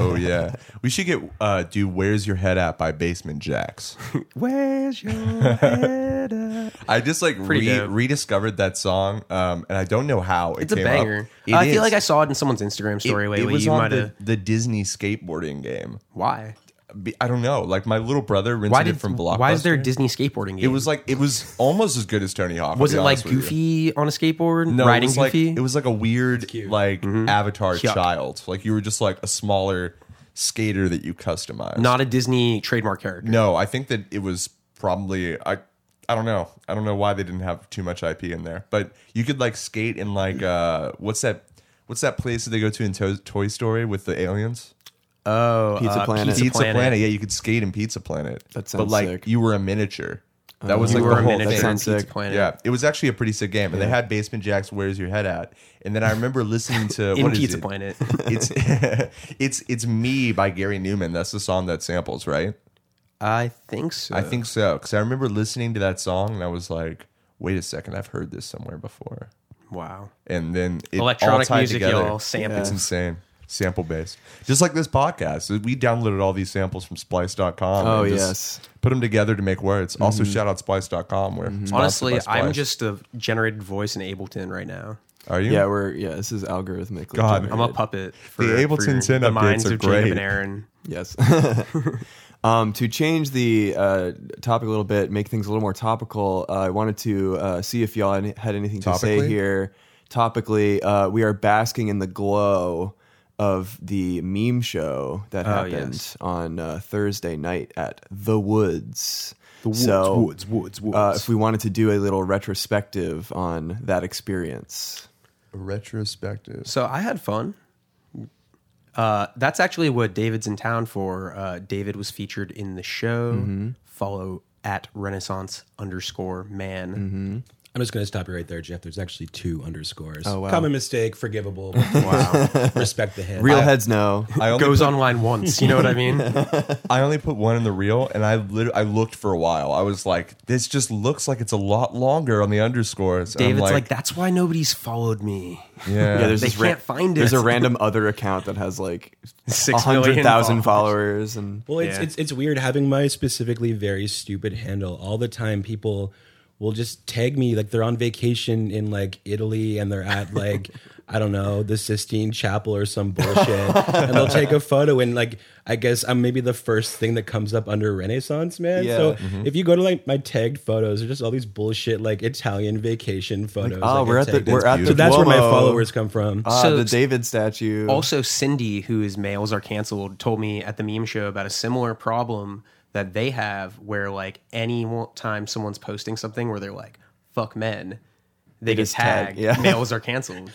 Speaker 1: Oh, yeah. we should get, uh, do Where's Your Head At by Basement Jacks.
Speaker 3: Where's your head at?
Speaker 1: I just like
Speaker 3: Pretty
Speaker 1: re-
Speaker 3: dope.
Speaker 1: rediscovered that song, um, and I don't know how it
Speaker 3: It's a
Speaker 1: came
Speaker 3: banger.
Speaker 1: Up.
Speaker 3: Uh, I
Speaker 1: It
Speaker 3: feel
Speaker 1: is.
Speaker 3: like I saw it in someone's Instagram
Speaker 1: It-
Speaker 3: story
Speaker 1: it,
Speaker 3: lately.
Speaker 1: was
Speaker 3: you
Speaker 1: on
Speaker 3: might
Speaker 1: the,
Speaker 3: have.
Speaker 1: the Disney skateboarding game.
Speaker 3: Why?
Speaker 1: Be- I don't know. Like my little brother rented
Speaker 3: Why
Speaker 1: it
Speaker 3: did
Speaker 1: from Blockbuster.
Speaker 3: Why is there a Disney skateboarding game?
Speaker 1: It was like it was almost as good as Tony Hawk. I'll
Speaker 3: was
Speaker 1: be
Speaker 3: it like
Speaker 1: honest with you.
Speaker 3: Goofy on a skateboard
Speaker 1: No,
Speaker 3: riding
Speaker 1: it was like
Speaker 3: Goofy? Mm-hmm.
Speaker 1: it was like a weird like avatar child. Like you were just like a smaller skater that you customized.
Speaker 3: not a Disney trademark character.
Speaker 1: no, I think that it was probably I I don't know. I don't know why they didn't have too much IP in there. But you could like skate in like uh what's that what's that place that they go to in to- Toy Story with the aliens?
Speaker 3: Oh,
Speaker 2: Pizza
Speaker 3: uh,
Speaker 2: Planet.
Speaker 3: Pizza,
Speaker 1: Pizza Planet.
Speaker 3: Planet.
Speaker 1: Yeah, you could skate in Pizza Planet.
Speaker 2: That
Speaker 1: But
Speaker 2: sounds
Speaker 1: like
Speaker 2: sick. Oh.
Speaker 1: you were a miniature. That was
Speaker 3: You
Speaker 1: like
Speaker 3: were
Speaker 1: the
Speaker 3: a
Speaker 1: whole
Speaker 3: miniature
Speaker 1: thing.
Speaker 2: sounds
Speaker 3: Pizza
Speaker 2: sick.
Speaker 3: Planet.
Speaker 1: Yeah, it was actually a pretty sick game, and they had Basement Jack's "Where's Your Head At," and then I remember listening to
Speaker 3: In
Speaker 1: what is
Speaker 3: Pizza
Speaker 1: it?
Speaker 3: Planet.
Speaker 1: It's it's it's me by Gary Newman. That's the song that samples, right?
Speaker 3: I think so.
Speaker 1: I think so because I remember listening to that song and I was like, "Wait a second, I've heard this somewhere before."
Speaker 3: Wow.
Speaker 1: And then it all
Speaker 3: Electronic
Speaker 1: tied
Speaker 3: music,
Speaker 1: together.
Speaker 3: y'all. Samples.
Speaker 1: It's insane. Sample based, just like this podcast. We downloaded all these samples from Splice.com.
Speaker 2: Oh,
Speaker 1: and just
Speaker 2: yes. Mm-hmm.
Speaker 1: put them together to make words. Also, shout out Splice.com. Where
Speaker 3: Honestly, I'm just a generated voice in Ableton right now.
Speaker 1: Are you?
Speaker 2: Yeah, we're yeah. This is algorithmically.
Speaker 1: God,
Speaker 2: generated.
Speaker 3: I'm a puppet. For,
Speaker 1: The Ableton
Speaker 3: for
Speaker 1: 10
Speaker 3: the
Speaker 1: updates
Speaker 3: minds
Speaker 1: are
Speaker 3: of Jacob
Speaker 1: great.
Speaker 3: and Aaron.
Speaker 2: Yes. um, to change the uh, topic a little bit, make things a little more topical, uh, I wanted to uh, see if y'all had had anything to say
Speaker 1: Topically?
Speaker 2: here. Topically, uh, we are basking in the glow of the meme show that happened
Speaker 3: yes.
Speaker 2: on uh, Thursday night at the Woods. The Woods, Woods, Woods, Woods. Uh, if we wanted to do a little retrospective on that experience.
Speaker 1: retrospective.
Speaker 3: So I had fun. Uh, that's actually what David's in town for. Uh, David was featured in the show. Follow at Renaissance underscore man.
Speaker 4: I'm just going to stop you right there, Jeff. There's actually two underscores. Common mistake, forgivable. but Respect the hit.
Speaker 2: Real heads know.
Speaker 1: I only
Speaker 3: Goes online once. You know what I mean?
Speaker 1: I only put one in the reel, and I lit- I looked for a while. I was like, this just looks like it's a lot longer on the underscores. And I'm
Speaker 3: David's like, that's why nobody's followed me.
Speaker 1: yeah.
Speaker 2: Yeah, there's
Speaker 3: They
Speaker 2: this ra-
Speaker 3: can't find
Speaker 2: There's a
Speaker 3: it.
Speaker 2: random other account that has like
Speaker 3: Six
Speaker 2: hundred
Speaker 3: million
Speaker 2: thousand
Speaker 3: followers.
Speaker 2: followers, and
Speaker 4: Well, it's,
Speaker 3: Yeah.
Speaker 4: it's it's weird having my specifically very stupid handle all the time. People will just tag me like they're on vacation in like Italy and they're at like I don't know, the Sistine Chapel or some bullshit. and they'll take a photo and like I guess I'm maybe the first thing that comes up under Renaissance, man.
Speaker 2: Yeah. Mm-hmm.
Speaker 4: So if you go to like my tagged photos, they're just all these bullshit like Italian vacation photos.
Speaker 2: oh,
Speaker 4: I get
Speaker 2: we're at the
Speaker 4: tagged in.
Speaker 2: we're at the
Speaker 4: so that's where my
Speaker 2: Duomo.
Speaker 4: followers come from.
Speaker 2: Ah,
Speaker 3: So-
Speaker 2: the David statue.
Speaker 3: Also, Cindy, who is Males Are Canceled, told me at the meme show about a similar problem that they have where, like, any wo- time someone's posting something where they're like, fuck men, they, get
Speaker 2: just tag,
Speaker 3: tagged.
Speaker 2: yeah.
Speaker 3: Males Are Canceled,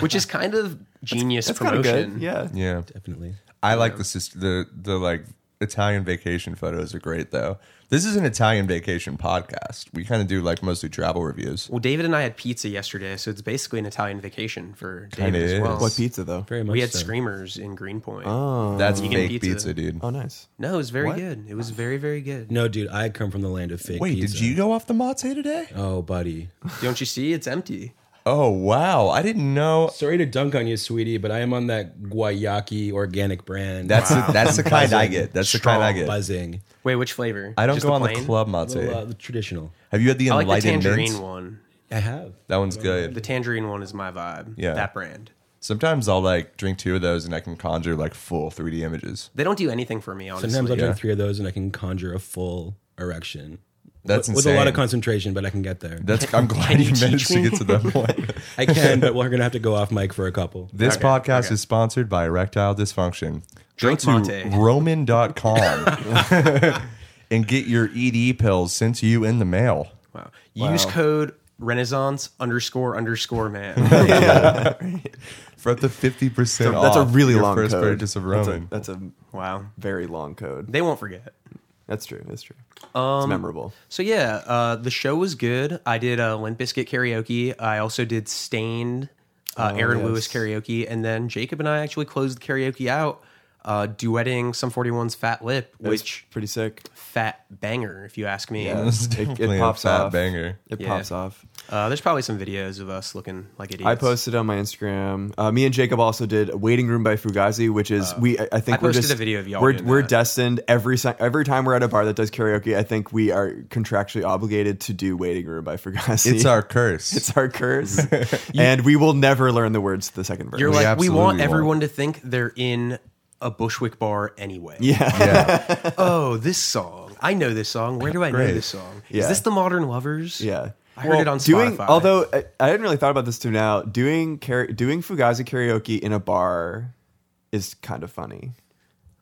Speaker 3: which is kind of genius
Speaker 2: that's kind of
Speaker 3: promotion.
Speaker 2: good. Yeah.
Speaker 1: Yeah,
Speaker 4: Definitely.
Speaker 1: I like the sister, the the like Italian vacation photos are great though. This is an Italian vacation podcast. We kind of do like mostly travel reviews.
Speaker 3: Well, David and I had pizza yesterday, so it's basically an Italian vacation for
Speaker 1: Kinda
Speaker 3: David as
Speaker 1: is.
Speaker 3: well.
Speaker 2: What pizza though?
Speaker 4: Very much
Speaker 3: we had
Speaker 4: so.
Speaker 3: Screamers in Greenpoint.
Speaker 1: That's
Speaker 3: Vegan
Speaker 1: fake
Speaker 3: Uh, pizza.
Speaker 1: pizza, dude.
Speaker 2: Oh, nice.
Speaker 3: No, it was very
Speaker 2: What?
Speaker 3: good. It was very, very good.
Speaker 4: No, dude, I come from the land of fake
Speaker 1: Wait,
Speaker 4: pizza.
Speaker 1: did you go off the mate today?
Speaker 4: Oh, buddy.
Speaker 3: Don't you see? It's empty.
Speaker 1: Oh wow, I didn't know.
Speaker 4: Sorry to dunk on you, sweetie, but I am on that Guayaki organic brand.
Speaker 1: That's the, that's the kind I get. That's the kind I
Speaker 4: Strong
Speaker 1: get.
Speaker 4: buzzing.
Speaker 3: Wait, which flavor?
Speaker 1: I don't
Speaker 3: Just
Speaker 1: go on the
Speaker 3: plain?
Speaker 1: club mate.
Speaker 4: Little, uh, the traditional.
Speaker 1: Have you had the
Speaker 3: I like the
Speaker 1: enlightened
Speaker 3: tangerine
Speaker 1: mints?
Speaker 3: one.
Speaker 4: I have.
Speaker 1: That one's good.
Speaker 3: The tangerine one is my vibe.
Speaker 1: Yeah.
Speaker 3: That brand.
Speaker 1: Sometimes I'll like drink two of those and I can conjure like full 3D images.
Speaker 3: They don't do anything for me, honestly.
Speaker 4: Sometimes I'll drink
Speaker 1: yeah.
Speaker 4: three of those and I can conjure a full erection.
Speaker 1: That's
Speaker 4: with, with a lot of
Speaker 1: insane.
Speaker 4: concentration, but I can get there.
Speaker 1: That's I'm glad
Speaker 3: you
Speaker 1: you managed
Speaker 3: teach
Speaker 1: to
Speaker 3: me?
Speaker 1: get to that point.
Speaker 4: I can, but we're gonna have to go off mic for a couple.
Speaker 1: This
Speaker 3: Okay,
Speaker 1: podcast
Speaker 3: okay.
Speaker 1: is sponsored by Erectile Dysfunction. Go
Speaker 3: Drink
Speaker 1: to
Speaker 3: mate.
Speaker 1: roman.com and get your ED pills sent to you in the mail.
Speaker 3: wow. Use
Speaker 2: Wow.
Speaker 3: code Renaissance underscore underscore man.
Speaker 1: For up to 50% off.
Speaker 2: That's a really
Speaker 1: your
Speaker 2: long
Speaker 1: first
Speaker 2: code.
Speaker 1: purchase of Roman.
Speaker 2: That's a, that's a
Speaker 3: wow.
Speaker 2: very long code.
Speaker 3: They won't forget.
Speaker 2: That's true. That's true. Um, it's memorable.
Speaker 3: So yeah, uh, the show was good. I did uh, Limp Bizkit karaoke. I also did Stained, uh, Aaron
Speaker 2: Oh, yes.
Speaker 3: Lewis karaoke, and then Jacob and I actually closed the karaoke out, uh, duetting Some 41's "Fat Lip," which
Speaker 2: Pretty sick.
Speaker 3: fat banger, if you ask me.
Speaker 1: That's
Speaker 2: It- it
Speaker 1: definitely a
Speaker 2: pops
Speaker 1: fat
Speaker 2: off.
Speaker 1: banger.
Speaker 2: It
Speaker 3: Yeah.
Speaker 2: pops off.
Speaker 3: Uh, there's probably some videos of us looking like idiots.
Speaker 2: I posted on my Instagram. Uh, me and Jacob also did "Waiting Room" by Fugazi, which is we. I I think
Speaker 3: Uh, I
Speaker 2: we're
Speaker 3: posted
Speaker 2: just
Speaker 3: a video of y'all
Speaker 2: We're
Speaker 3: doing
Speaker 2: we're
Speaker 3: that.
Speaker 2: destined every si- every time we're at a bar that does karaoke. I think we are contractually obligated to do "Waiting Room" by Fugazi.
Speaker 1: It's our curse.
Speaker 2: it's our curse, and we will never learn the words to the second verse.
Speaker 3: You're like, we
Speaker 1: absolutely
Speaker 3: want
Speaker 1: won't.
Speaker 3: everyone to think they're in a Bushwick bar anyway.
Speaker 2: yeah,
Speaker 1: yeah.
Speaker 3: Oh, this song. I know this song. Where do I know
Speaker 1: Great.
Speaker 3: this song?
Speaker 2: Yeah.
Speaker 3: Is this the Modern Lovers?
Speaker 2: yeah.
Speaker 3: I heard it on
Speaker 2: doing,
Speaker 3: Spotify.
Speaker 2: Although I, I hadn't really thought about this till now, doing kara- doing Fugazi karaoke in a bar is kind of funny.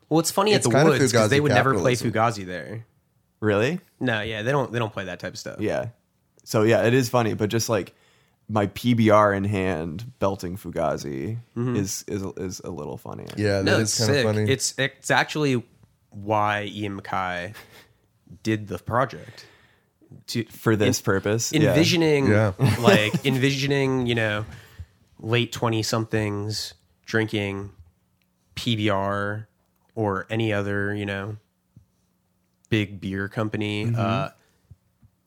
Speaker 3: well, it's funny
Speaker 1: It's
Speaker 3: at the
Speaker 1: kind of
Speaker 3: Woods because
Speaker 1: Fugazi
Speaker 3: they would never play
Speaker 1: capitalism.
Speaker 3: Fugazi there.
Speaker 2: Really?
Speaker 3: No, yeah, they don't. They don't play that type of stuff.
Speaker 2: Yeah. So yeah, it is funny, but just like my PBR in hand belting Fugazi is is is a little funny.
Speaker 1: Yeah, that is
Speaker 3: no, it's
Speaker 1: kind
Speaker 3: sick.
Speaker 1: of funny.
Speaker 3: It's it's actually why Ian Mackay did the project to
Speaker 2: For this purpose. yeah.
Speaker 3: envisioning
Speaker 1: Yeah.
Speaker 3: like envisioning you know late 20 somethings drinking pbr or any other you know big beer company uh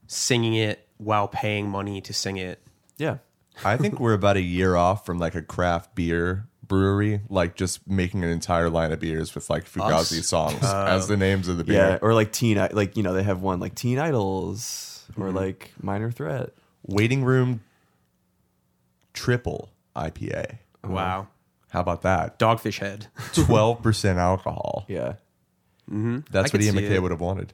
Speaker 3: singing it while paying money to sing it
Speaker 2: Yeah.
Speaker 1: I think we're about a year off from like a craft beer brewery, like just making an entire line of beers with like Fugazi
Speaker 3: Us?
Speaker 1: songs as the names of the beer.
Speaker 2: Yeah. Or like teen I- like, you know, they have one like Teen Idols or like Minor Threat.
Speaker 1: Waiting Room Triple IPA.
Speaker 3: wow
Speaker 1: How about that?
Speaker 3: dogfish head
Speaker 1: 12% alcohol.
Speaker 2: Yeah.
Speaker 1: That's
Speaker 3: I
Speaker 1: what
Speaker 3: could
Speaker 1: Ian
Speaker 3: see
Speaker 1: McKay
Speaker 3: it.
Speaker 1: would have wanted.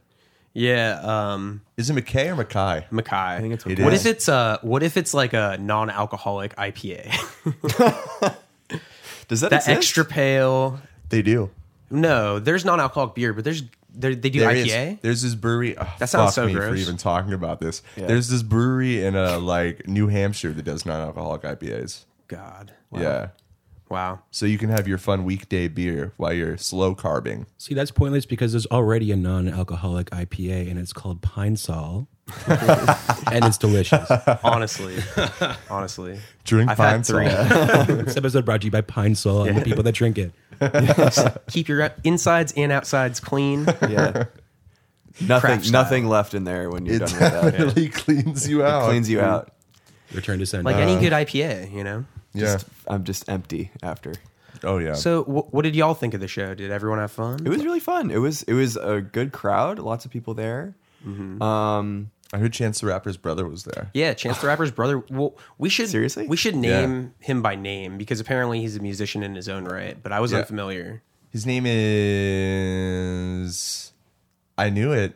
Speaker 3: yeah um
Speaker 1: Is it McKay or McKay?
Speaker 3: Mackay. I
Speaker 2: think it's
Speaker 3: what
Speaker 2: It
Speaker 1: Mackay.
Speaker 3: if it's uh what if it's like a non-alcoholic IPA?
Speaker 2: Does that,
Speaker 3: that
Speaker 2: exist?
Speaker 3: extra pale.
Speaker 1: They do.
Speaker 3: No, there's non-alcoholic beer, but there's there, they do
Speaker 1: There is-
Speaker 3: IPA.
Speaker 1: there's this brewery. Oh,
Speaker 3: That sounds
Speaker 1: fuck
Speaker 3: so
Speaker 1: me for
Speaker 3: gross.
Speaker 1: even talking about this. There's this brewery in uh, like New Hampshire that does non-alcoholic IPAs.
Speaker 3: God.
Speaker 1: Yeah.
Speaker 3: Wow.
Speaker 1: So you can have your fun weekday beer while you're slow carbing.
Speaker 4: See, that's pointless because there's already a non-alcoholic IPA and it's called Pine Sol, and it's delicious.
Speaker 3: Honestly. honestly.
Speaker 1: Drink
Speaker 3: I've had
Speaker 1: Pine Sol.
Speaker 3: three.
Speaker 4: this episode brought to you by Pine Sol and the people that drink it.
Speaker 3: Keep your insides and outsides clean.
Speaker 2: Yeah. nothing
Speaker 3: Craft style.
Speaker 2: nothing left in there when you're
Speaker 1: It
Speaker 2: done with that. It
Speaker 1: definitely cleans you out.
Speaker 2: cleans you out.
Speaker 4: Return to sender.
Speaker 3: Like
Speaker 1: Uh,
Speaker 3: any good IPA, you know?
Speaker 1: Yeah.
Speaker 2: Just- I'm just empty after.
Speaker 1: oh yeah.
Speaker 3: So, wh- what did y'all think of the show? Did everyone have fun?
Speaker 2: It was really fun. It was it was a good crowd, lots of people there. Um,
Speaker 1: I heard Chance the Rapper's brother was there.
Speaker 3: Yeah, Chance the Rapper's brother. Well, we should
Speaker 2: Seriously?
Speaker 3: we should name him by name because apparently he's a musician in his own right. But I was
Speaker 1: Yeah.
Speaker 3: unfamiliar.
Speaker 1: His name is. I knew it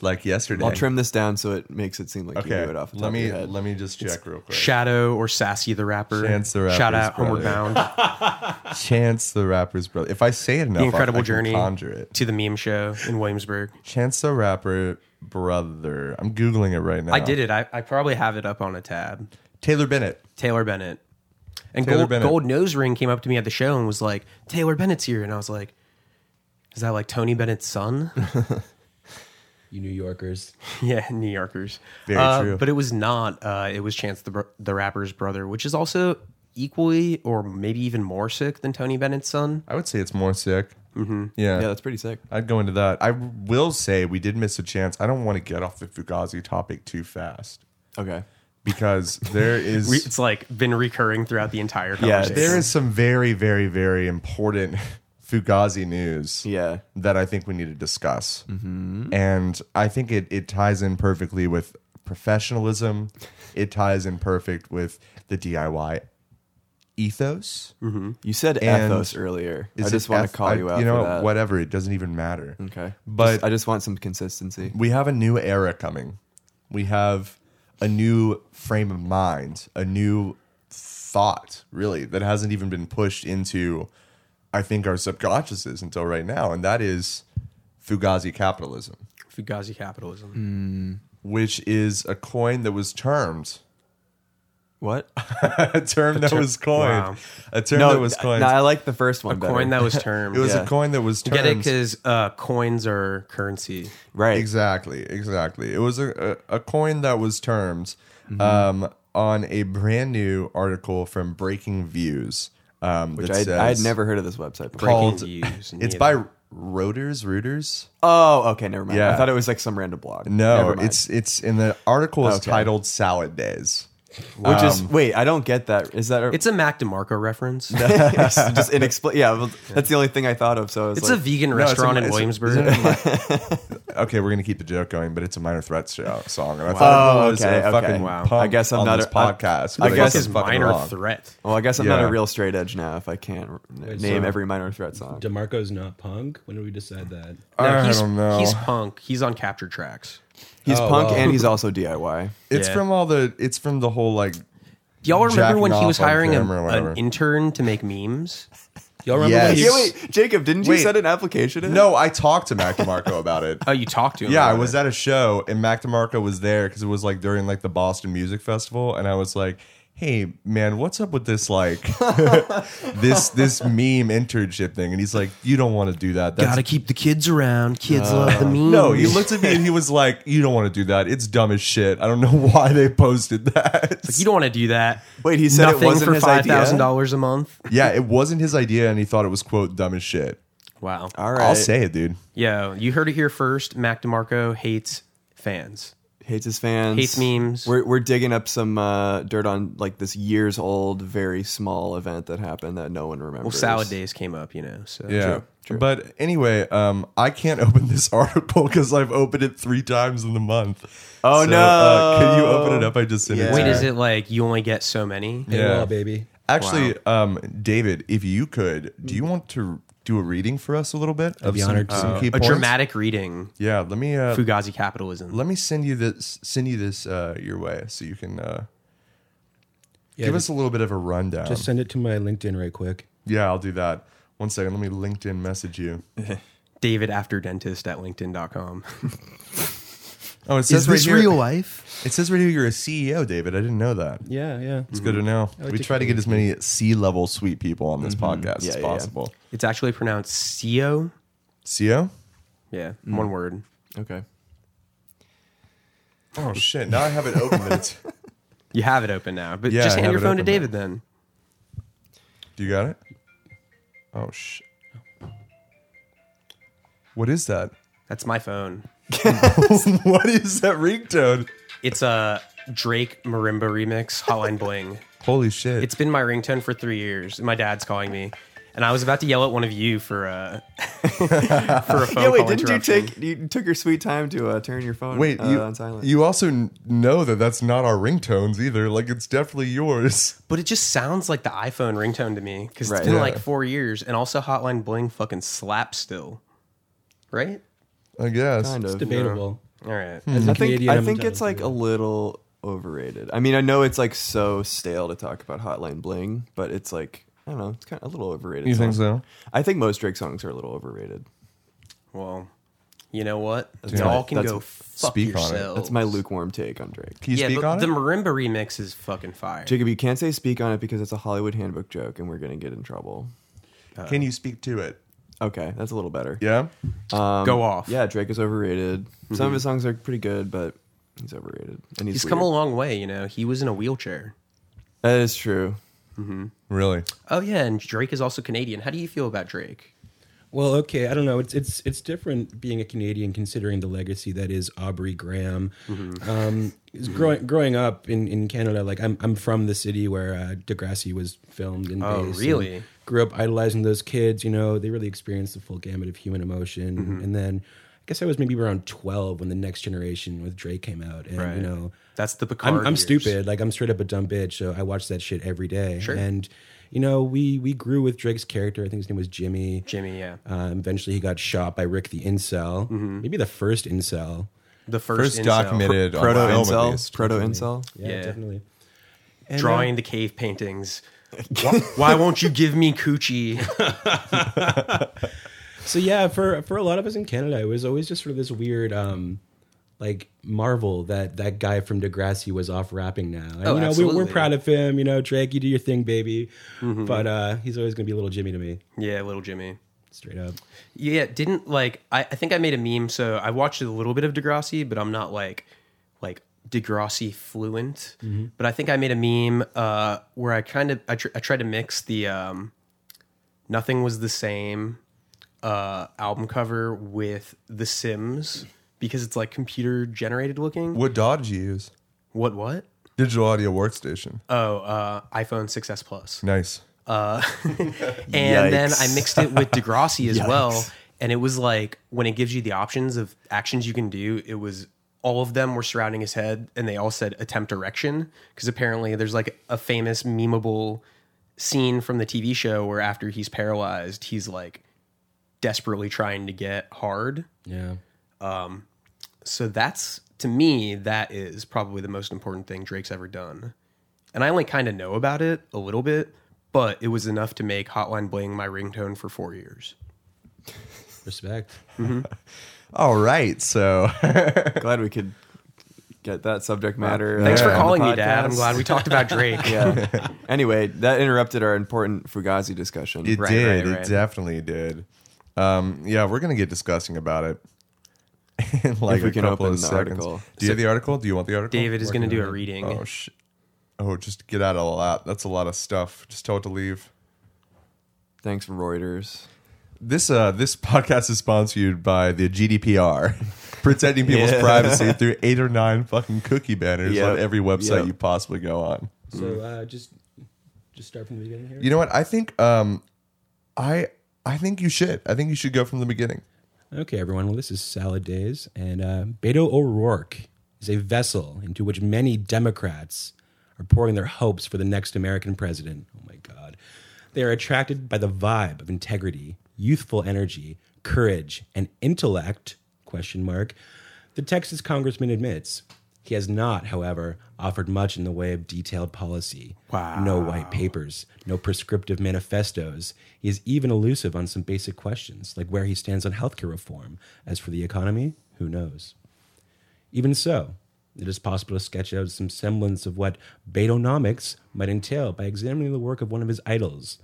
Speaker 1: like yesterday.
Speaker 2: I'll trim this down so it makes it seem like you
Speaker 1: Okay,
Speaker 2: knew it off the top
Speaker 1: let me
Speaker 2: of your head.
Speaker 1: let me just check real quick.
Speaker 3: Shadow or Sassy the Rapper.
Speaker 1: Chance the
Speaker 3: Shout
Speaker 1: Rapper's
Speaker 3: out Homeward
Speaker 1: brother.
Speaker 3: Bound
Speaker 1: Chance the Rapper's brother. If I say it enough, I-
Speaker 3: Incredible
Speaker 1: I can
Speaker 3: Journey.
Speaker 1: conjure it.
Speaker 3: to the Meme Show in Williamsburg.
Speaker 1: Chance the Rapper brother. I'm googling it right now.
Speaker 3: I did it. I, I probably have it up on a tab.
Speaker 1: Taylor Bennett.
Speaker 3: Taylor Bennett. And
Speaker 1: Taylor
Speaker 3: Gold,
Speaker 1: Bennett.
Speaker 3: Gold Nose Ring came up to me at the show and was like, Taylor Bennett's here. And I was like, is that like Tony Bennett's son?
Speaker 4: You New Yorkers.
Speaker 3: yeah, New Yorkers.
Speaker 1: Very
Speaker 3: Uh,
Speaker 1: true.
Speaker 3: But it was not. Uh, it was Chance the, Br- the Rapper's brother, which is also equally or maybe even more sick than Tony Bennett's son.
Speaker 1: I would say it's more sick. Mm-hmm.
Speaker 2: yeah, that's pretty sick.
Speaker 1: I'd go into that. I will say we did miss a chance. I don't want to get off the Fugazi topic too fast
Speaker 2: Okay.
Speaker 1: because there
Speaker 3: Re-
Speaker 1: is
Speaker 3: it's like been recurring throughout the entire
Speaker 2: Yeah,
Speaker 3: conversation.
Speaker 1: there is some very very very important Fugazi news
Speaker 2: Yeah.
Speaker 1: that I think we need to discuss,
Speaker 2: Mm-hmm.
Speaker 1: and I think it it ties in perfectly with professionalism. It ties in perfect with the DIY ethos.
Speaker 2: You said
Speaker 1: Mm-hmm. And
Speaker 2: ethos earlier. Mm-hmm. I
Speaker 1: Is
Speaker 2: just
Speaker 1: it
Speaker 2: want
Speaker 1: eth-
Speaker 2: to call
Speaker 1: I-
Speaker 2: you out
Speaker 1: You know
Speaker 2: for that. Mm.
Speaker 1: whatever. It doesn't even matter.
Speaker 2: Okay.
Speaker 1: But-
Speaker 2: Just- I just want some consistency.
Speaker 1: we have a new era coming. We have a new frame of mind, a new thought, really, that hasn't even been pushed into, I think, our subconsciouses until right now. And that is Fugazi capitalism,
Speaker 3: Fugazi capitalism.
Speaker 1: which is a coin that was termed,
Speaker 2: What?
Speaker 1: a term that was coined,
Speaker 3: wow.
Speaker 1: a term that was coined.
Speaker 2: no, I like the first one. better.
Speaker 3: Coin that was termed.
Speaker 1: Mm. it was
Speaker 2: yeah.
Speaker 1: a coin that was termed.
Speaker 3: Get it? Because uh, coins are currency.
Speaker 2: right.
Speaker 1: Exactly, exactly. It was a, a, a coin that was termed
Speaker 2: Mm-hmm.
Speaker 1: um, on a brand new article from Breaking Views. Um,
Speaker 2: Which
Speaker 1: that
Speaker 2: I
Speaker 1: says-
Speaker 2: I had never heard of this website before.
Speaker 3: Breaking
Speaker 1: called.
Speaker 3: Views,
Speaker 1: It's
Speaker 3: neither.
Speaker 1: by Reuters. Reuters.
Speaker 2: Oh, okay, never mind.
Speaker 1: Yeah.
Speaker 2: I thought it was like some random blog.
Speaker 1: No,
Speaker 2: Never mind.
Speaker 1: it's it's in the article is
Speaker 2: Okay.
Speaker 1: titled "Salad Days." um,
Speaker 2: which is wait, I don't get that. Is that
Speaker 3: It's a Mac DeMarco reference.
Speaker 2: it's just inexplicable? Yeah, well, that's the only thing I thought of. So I was
Speaker 3: It's
Speaker 2: like,
Speaker 3: a vegan
Speaker 1: it's a-
Speaker 3: restaurant in
Speaker 1: it's a-
Speaker 3: Williamsburg.
Speaker 1: Okay, we're gonna keep the joke going, but it's a minor threat show, song. And I
Speaker 2: Wow.
Speaker 1: thought
Speaker 2: Oh,
Speaker 1: it was a
Speaker 2: okay, okay.
Speaker 1: fucking
Speaker 2: Wow.
Speaker 1: pump
Speaker 2: I guess I'm
Speaker 1: on
Speaker 2: not
Speaker 1: this
Speaker 2: a- I-
Speaker 1: podcast.
Speaker 2: I
Speaker 1: but
Speaker 2: guess
Speaker 1: it's
Speaker 2: it's
Speaker 1: fucking
Speaker 3: minor
Speaker 1: wrong.
Speaker 3: threat.
Speaker 2: well, I guess I'm not
Speaker 1: yeah.
Speaker 2: a real straight edge now if I can't r- name
Speaker 4: so-
Speaker 2: every minor threat song.
Speaker 4: DeMarco's not punk. When did we decide that?
Speaker 1: I
Speaker 3: he's,
Speaker 1: don't know.
Speaker 3: He's punk. He's on capture tracks.
Speaker 2: He's
Speaker 4: Oh,
Speaker 2: punk
Speaker 4: wow.
Speaker 2: and he's also DIY.
Speaker 1: It's
Speaker 3: Yeah.
Speaker 1: from all the. It's from the whole like.
Speaker 3: Do y'all remember
Speaker 1: Jacking
Speaker 3: when he was
Speaker 1: off on
Speaker 3: hiring a-
Speaker 1: camera or whatever.
Speaker 3: an intern to make memes?
Speaker 4: Y'all remember
Speaker 1: Yes.
Speaker 4: when he-
Speaker 2: Yeah, wait, Jacob, didn't
Speaker 1: Wait.
Speaker 2: you send an application in?
Speaker 1: No, I talked to Mac DeMarco about it.
Speaker 3: Oh, you talked to him.
Speaker 1: Yeah, I
Speaker 3: about
Speaker 1: was
Speaker 3: it.
Speaker 1: at a show and Mac DeMarco was there because it was like during like the Boston Music Festival, and I was like, "Hey, man, what's up with this like this this meme internship thing?" And he's like, "You don't want to do that. That's
Speaker 3: Gotta keep the kids around. Kids love the memes.
Speaker 1: no." He looked at me and he was like, "You don't want to do that. It's dumb as shit. I don't know why they posted that."
Speaker 3: you don't want to do that.
Speaker 2: Wait, he said it
Speaker 3: Nothing
Speaker 2: wasn't
Speaker 3: for
Speaker 2: his
Speaker 3: five
Speaker 2: idea?
Speaker 3: thousand dollars a month.
Speaker 1: yeah, it wasn't his idea, and he thought it was quote dumb as shit.
Speaker 3: Wow.
Speaker 2: All right.
Speaker 1: I'll say it, dude.
Speaker 3: Yo, you heard it here first. Mac DeMarco hates fans.
Speaker 2: hates his fans.
Speaker 3: Hates memes.
Speaker 2: We're, we're digging up some uh, dirt on like this years old, very small event that happened that no one remembers.
Speaker 3: Well, salad days came up, you know. So
Speaker 1: Yeah. But anyway, um, I can't open this article because I've opened it three times in the month. uh,
Speaker 2: Oh, no.
Speaker 1: can you open it up? I just sent it.
Speaker 2: Yeah.
Speaker 1: to
Speaker 3: Wait,
Speaker 1: you.
Speaker 3: is it like you only get so many?
Speaker 4: Hey,
Speaker 1: Yeah.
Speaker 4: well, baby.
Speaker 1: Actually, um, David, if you could, do
Speaker 2: Mm.
Speaker 1: you want to do a reading for us a little bit? I'd
Speaker 4: be honored to.
Speaker 2: Uh,
Speaker 1: Some key
Speaker 3: A
Speaker 1: points?
Speaker 3: dramatic reading.
Speaker 1: Yeah, let me uh,
Speaker 3: Fugazi capitalism.
Speaker 1: let me send you this send you this uh, your way so you can uh,
Speaker 4: Yeah,
Speaker 1: give
Speaker 4: just,
Speaker 1: us a little bit of a
Speaker 2: Um,
Speaker 1: rundown.
Speaker 4: just send it to my LinkedIn right quick.
Speaker 1: yeah, I'll do that. One second, let me LinkedIn message you.
Speaker 3: David after dentist at LinkedIn.com.
Speaker 1: Oh, it says right here.
Speaker 3: life?
Speaker 1: It says right here you're a CEO, David. I didn't know that.
Speaker 4: Yeah, yeah.
Speaker 1: It's good to know. we
Speaker 4: to
Speaker 1: try to get as many C level sweet people on this podcast
Speaker 2: Mm-hmm. Yeah,
Speaker 1: as
Speaker 2: yeah, yeah.
Speaker 1: possible. E
Speaker 3: It's actually pronounced CEO.
Speaker 1: CEO?
Speaker 3: Yeah,
Speaker 1: Mm.
Speaker 3: one word.
Speaker 2: Okay.
Speaker 1: Oh shit! Now I have it open. but it's-
Speaker 3: You have it open now, but
Speaker 1: Yeah,
Speaker 3: just
Speaker 1: I
Speaker 3: hand
Speaker 1: have
Speaker 3: your
Speaker 1: it
Speaker 3: phone to
Speaker 1: open now.
Speaker 3: David then.
Speaker 1: Do you got it? Oh shit! What is that?
Speaker 3: That's my phone.
Speaker 1: what is that ringtone?
Speaker 3: It's a Drake marimba remix, Hotline Bling.
Speaker 1: Holy shit!
Speaker 3: It's been my ringtone for three years. My dad's calling me. And I was about to yell at one of you for uh, a for a phone
Speaker 2: yeah, wait,
Speaker 3: call
Speaker 2: didn't you
Speaker 3: interruption.
Speaker 2: take you took your sweet time to uh, turn your phone
Speaker 1: Wait,
Speaker 2: uh,
Speaker 1: you,
Speaker 2: on silent?
Speaker 1: you also n- know that that's not our ringtones either. Like it's definitely yours.
Speaker 3: But it just sounds like the iPhone ringtone to me because
Speaker 2: Right.
Speaker 3: it's been
Speaker 1: Yeah.
Speaker 3: like four years, and also Hotline Bling fucking slaps still, right?
Speaker 1: I guess.
Speaker 2: kind of.
Speaker 4: Debatable.
Speaker 3: All right.
Speaker 1: Hmm.
Speaker 4: As a
Speaker 2: I think
Speaker 4: Canadian,
Speaker 2: I
Speaker 4: I'm
Speaker 2: think
Speaker 4: entitled
Speaker 2: it's
Speaker 4: to
Speaker 2: like
Speaker 4: that.
Speaker 2: a little overrated. I mean, I know it's like so stale to talk about Hotline Bling, but it's like I don't know, it's kind of a little overrated.
Speaker 1: You think
Speaker 2: song.
Speaker 1: so?
Speaker 2: I think most Drake songs are a little overrated.
Speaker 3: Well, you know what?
Speaker 2: my-
Speaker 3: Y'all can
Speaker 2: that's-
Speaker 3: go fuck
Speaker 1: speak on it.
Speaker 3: yourselves.
Speaker 2: That's my lukewarm take on Drake.
Speaker 1: Can you
Speaker 3: Yeah,
Speaker 1: speak
Speaker 3: but
Speaker 1: on
Speaker 3: the
Speaker 1: it?
Speaker 3: marimba remix is fucking fire.
Speaker 2: Jacob, you can't say speak on it because it's a Hollywood handbook joke and we're going to get in trouble.
Speaker 1: Can you speak to it?
Speaker 2: Okay, that's a little better.
Speaker 1: Yeah. Um,
Speaker 3: go off.
Speaker 2: Yeah, Drake is overrated.
Speaker 1: Mm-hmm.
Speaker 2: Some of his songs are pretty good, but he's overrated. And he's,
Speaker 3: He's come a
Speaker 2: weird.
Speaker 3: long way, you know. He was in a wheelchair.
Speaker 2: That is true.
Speaker 1: Really?
Speaker 3: Oh yeah, and Drake is also Canadian. How do you feel about Drake?
Speaker 4: Well, okay, I don't know. It's it's it's different being a Canadian, considering the legacy that is Aubrey Graham.
Speaker 3: Mm-hmm.
Speaker 4: Um, is growing growing up in, in Canada, like I'm I'm from the city where uh, Degrassi was filmed and
Speaker 3: Oh,
Speaker 4: based,
Speaker 3: really?
Speaker 4: and grew up idolizing those kids. You know, they really experienced the full gamut of human emotion.
Speaker 3: Mm-hmm.
Speaker 4: And then I guess I was maybe around twelve when the Next Generation with Drake came out, and you know.
Speaker 3: That's the Picard.
Speaker 4: I'm, I'm
Speaker 3: years.
Speaker 4: stupid. Like I'm straight up a dumb bitch. So I watch that shit every day.
Speaker 3: Sure.
Speaker 4: And you know, we we grew with Drake's character. I think his name was Jimmy.
Speaker 3: Jimmy, yeah.
Speaker 4: Uh, eventually, he got shot by Rick the Incel. Maybe the first Incel.
Speaker 3: The first,
Speaker 1: First
Speaker 3: incel.
Speaker 1: documented on
Speaker 2: Proto
Speaker 1: film, at
Speaker 2: incel,
Speaker 1: least.
Speaker 2: proto incel.
Speaker 4: Yeah,
Speaker 3: Yeah.
Speaker 4: definitely. And, uh,
Speaker 3: drawing the cave paintings. why, why won't you give me coochie?
Speaker 4: so yeah, for for a lot of us in Canada, it was always just sort of this weird, um, like marvel that that guy from Degrassi was off rapping now. And,
Speaker 3: Oh,
Speaker 4: you know, we, we're
Speaker 3: absolutely.
Speaker 4: proud of him. You know, Drake, you do your thing, baby. But uh, he's always gonna be little Jimmy to me,
Speaker 3: Yeah, little Jimmy.
Speaker 4: straight up.
Speaker 3: Yeah, didn't like I, I think I made a meme, so I watched a little bit of Degrassi, but I'm not like like Degrassi fluent. But I think I made a meme uh where I kind of I, tr- I tried to mix the um Nothing Was the Same uh album cover with The Sims because it's like computer generated looking.
Speaker 1: What DAW did you use?
Speaker 3: What what?
Speaker 1: Digital Audio Workstation.
Speaker 3: Oh, uh iPhone 6s Plus.
Speaker 1: Nice.
Speaker 3: Uh, and then
Speaker 2: Yikes.
Speaker 3: I mixed it with Degrassi as well. And it was like when it gives you the options of actions you can do, it was all of them were surrounding his head and they all said attempt erection. Because apparently there's like a famous memeable scene from the TV show where after he's paralyzed, he's like desperately trying to get hard.
Speaker 4: Yeah.
Speaker 3: So that's to me, that is probably the most important thing Drake's ever done. And I only kind of know about it a little bit, but it was enough to make Hotline Bling my ringtone for four years.
Speaker 4: Respect.
Speaker 1: All right. So
Speaker 2: Glad we could get that subject matter.
Speaker 3: Thanks
Speaker 2: uh,
Speaker 3: for
Speaker 2: on the
Speaker 3: calling me, Dad. I'm
Speaker 2: podcast.
Speaker 3: glad we talked about Drake.
Speaker 2: yeah. Anyway, that interrupted our important Fugazi discussion.
Speaker 1: it
Speaker 3: Right,
Speaker 1: did.
Speaker 3: right,
Speaker 1: It
Speaker 3: right.
Speaker 1: definitely did. Um, yeah, we're gonna get discussing about it in like
Speaker 2: If we
Speaker 1: a
Speaker 2: can
Speaker 1: couple
Speaker 2: open
Speaker 1: of
Speaker 2: the
Speaker 1: seconds.
Speaker 2: article.
Speaker 1: Do you have the article? Do you want the article?
Speaker 3: David is going to do a reading.
Speaker 1: Oh shit. Oh, just get out of a lot. That's a lot of stuff. Just tell it to leave.
Speaker 2: Thanks, Reuters.
Speaker 1: This uh this podcast is sponsored by the GDPR, protecting people's
Speaker 2: Yeah.
Speaker 1: privacy through eight or nine fucking cookie banners
Speaker 2: Yep.
Speaker 1: on every website
Speaker 2: Yep.
Speaker 1: you possibly go on.
Speaker 4: So uh, just just start from the beginning here.
Speaker 1: You know what? I think um I I think you should. I think you should go from the beginning.
Speaker 4: Okay, everyone. Well, this is Salad Days, and uh, Beto O'Rourke is a vessel into which many Democrats are pouring their hopes for the next American president. Oh my God. They are attracted by the vibe of integrity, youthful energy, courage, and intellect, question mark, the Texas congressman admits. He has not, however, offered much in the way of detailed policy. Wow. No white papers, no prescriptive manifestos. He is even elusive on some basic questions, like where he stands on healthcare reform. As for the economy, who knows? Even so, it is possible to sketch out some semblance of what Betonomics might entail by examining the work of one of his idols.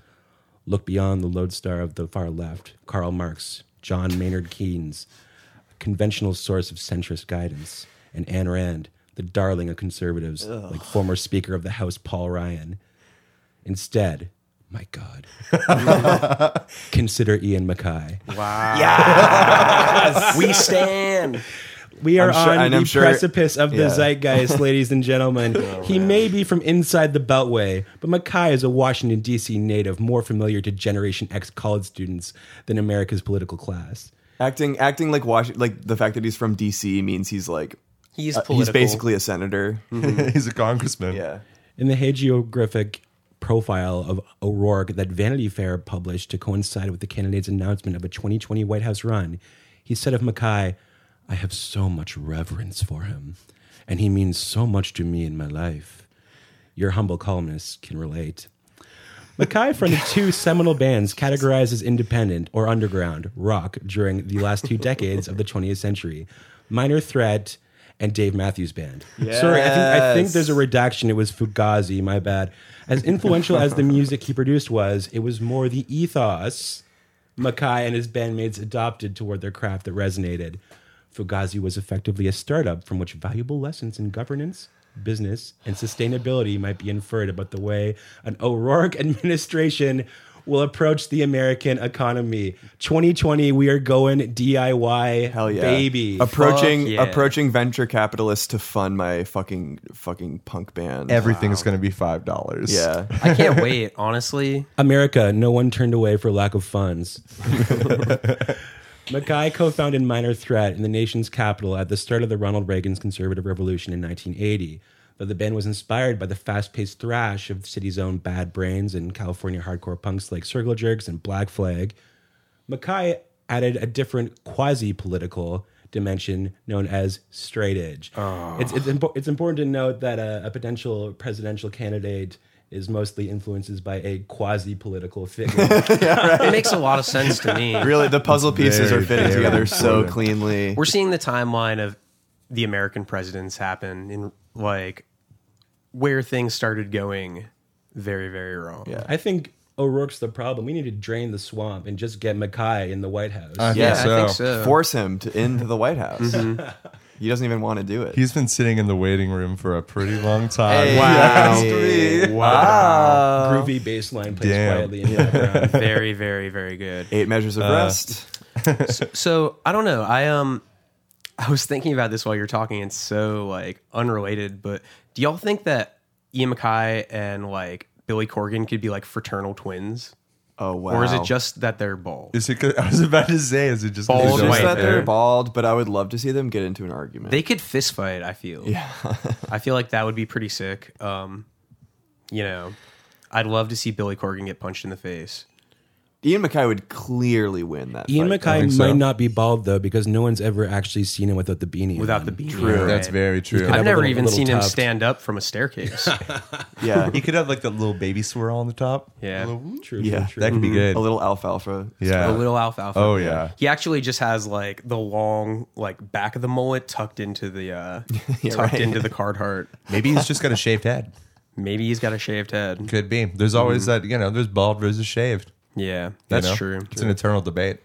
Speaker 4: Look beyond the lodestar of the far left, Karl Marx, John Maynard Keynes, a conventional source of centrist guidance, and Ayn Rand, the darling of conservatives, like former Speaker of the House Paul Ryan. Instead, my God, consider Ian Mackay.
Speaker 3: Wow. We stand.
Speaker 4: We are
Speaker 2: I'm sure-
Speaker 4: on
Speaker 2: and
Speaker 4: the
Speaker 2: I'm sure-
Speaker 4: precipice of the
Speaker 2: yeah.
Speaker 4: zeitgeist, ladies and gentlemen. he may be from inside the Beltway, but Mackay is a Washington, D.C. native more familiar to Generation X college students than America's political class.
Speaker 2: acting acting like Washington, like the fact that he's from DC means he's like
Speaker 3: He's
Speaker 2: uh, he's
Speaker 3: political. Hmm.
Speaker 2: basically a senator.
Speaker 1: He's a congressman.
Speaker 2: Mm-hmm. yeah.
Speaker 4: In the hagiographic profile of O'Rourke that Vanity Fair published to coincide with the candidate's announcement of a 2020 White House run, he said of Mackay, I have so much reverence for him, and he means so much to me in my life. Your humble columnist can relate. Mackay fronted two seminal bands categorized as independent or underground rock during the last two decades of the 20th century Minor Threat and Dave Matthews Band. Sorry, I think, I think there's a redaction. It was Fugazi, my bad. As influential as the music he produced was, it was more the ethos Mackay and his bandmates adopted toward their craft that resonated. Fugazi was effectively a startup from which valuable lessons in governance, business, and sustainability might be inferred about the way an O'Rourke administration will approach the American economy. 2020, we are going DIY,
Speaker 2: Hell yeah.
Speaker 4: baby.
Speaker 2: Approaching
Speaker 3: Fuck yeah.
Speaker 2: approaching venture capitalists to fund my fucking fucking punk band.
Speaker 1: Everything's going to be five dollars.
Speaker 2: yeah.
Speaker 3: I can't wait, honestly.
Speaker 4: America, no one turned away for lack of funds. Mackay co founded Minor Threat in the nation's capital at the start of the Ronald Reagan's conservative revolution in 1980. Though the band was inspired by the fast paced thrash of the city's own Bad Brains and California hardcore punks like Circle Jerks and Black Flag, Mackay added a different quasi political dimension known as straight edge. It's, it's, impo- it's important to note that a, a potential presidential candidate is mostly influences by a quasi political figure.
Speaker 3: It makes a lot of sense to me.
Speaker 2: Really the puzzle pieces
Speaker 1: Very,
Speaker 2: are fitting
Speaker 1: very
Speaker 2: together so
Speaker 1: important.
Speaker 2: cleanly.
Speaker 3: We're seeing the timeline of the American presidents happen in like where things started going very, very wrong.
Speaker 2: Yeah.
Speaker 4: I think O'Rourke's the problem. We need to drain the swamp and just get Mackay in the White House.
Speaker 1: I
Speaker 3: Yeah,
Speaker 1: think
Speaker 3: I
Speaker 1: so.
Speaker 3: think so. Mm-hmm.
Speaker 2: Force him to into the White House. He doesn't even want to do it.
Speaker 1: He's been sitting in the waiting room for a pretty long time.
Speaker 2: Hey.
Speaker 3: Wow.
Speaker 2: Wow.
Speaker 4: Groovy bass line plays
Speaker 1: Damn.
Speaker 4: quietly in the background.
Speaker 3: Very, very, very good.
Speaker 2: Eight measures
Speaker 3: Uh,
Speaker 2: of rest.
Speaker 3: So I don't know. I um I was thinking about this while you're talking. It's so like unrelated, but do y'all think that Ian Mackay and like Billy Corgan could be like fraternal twins?
Speaker 2: Oh wow.
Speaker 3: Or is it just that they're bald?
Speaker 1: Is it? 'cause- I was about to say, is it just
Speaker 3: Bald
Speaker 2: It's
Speaker 1: is it
Speaker 2: just
Speaker 3: white
Speaker 2: that they're
Speaker 3: hair?
Speaker 2: bald, but I would love to see them get into an argument.
Speaker 3: They could fist fight, I feel. Yeah. I feel like that would be pretty sick. Um, you know, I'd love to see Billy Corgan get punched in the face.
Speaker 2: Ian Mackay would clearly win that.
Speaker 4: Ian
Speaker 2: fight.
Speaker 4: Mackay
Speaker 1: think
Speaker 4: might
Speaker 1: so.
Speaker 4: not be bald though, because no one's ever actually seen him without the beanie.
Speaker 3: Without
Speaker 4: on.
Speaker 3: the beanie.
Speaker 2: True.
Speaker 1: That's
Speaker 3: right?
Speaker 1: very true.
Speaker 4: have
Speaker 3: I've
Speaker 4: a
Speaker 3: never
Speaker 4: little-
Speaker 3: even
Speaker 4: little
Speaker 3: seen him
Speaker 4: tuft.
Speaker 3: stand up from a staircase.
Speaker 2: Yeah.
Speaker 1: He could have like that little baby swirl on the top.
Speaker 3: Yeah.
Speaker 1: A little-
Speaker 4: True,
Speaker 2: Yeah.
Speaker 4: true,
Speaker 1: that
Speaker 4: true.
Speaker 1: could be good.
Speaker 2: a little alfalfa.
Speaker 1: yeah.
Speaker 3: A little alfalfa.
Speaker 1: Oh, yeah.
Speaker 3: He actually just has like the long, like back of the mullet tucked into the uh tucked
Speaker 2: right.
Speaker 3: into the card heart.
Speaker 1: Maybe he's just got a shaved head.
Speaker 3: Maybe he's got a shaved head.
Speaker 1: Could be. There's always that. You know, there's bald versus shaved. you
Speaker 3: Yeah, that's
Speaker 1: know?
Speaker 3: true.
Speaker 1: It's an eternal debate.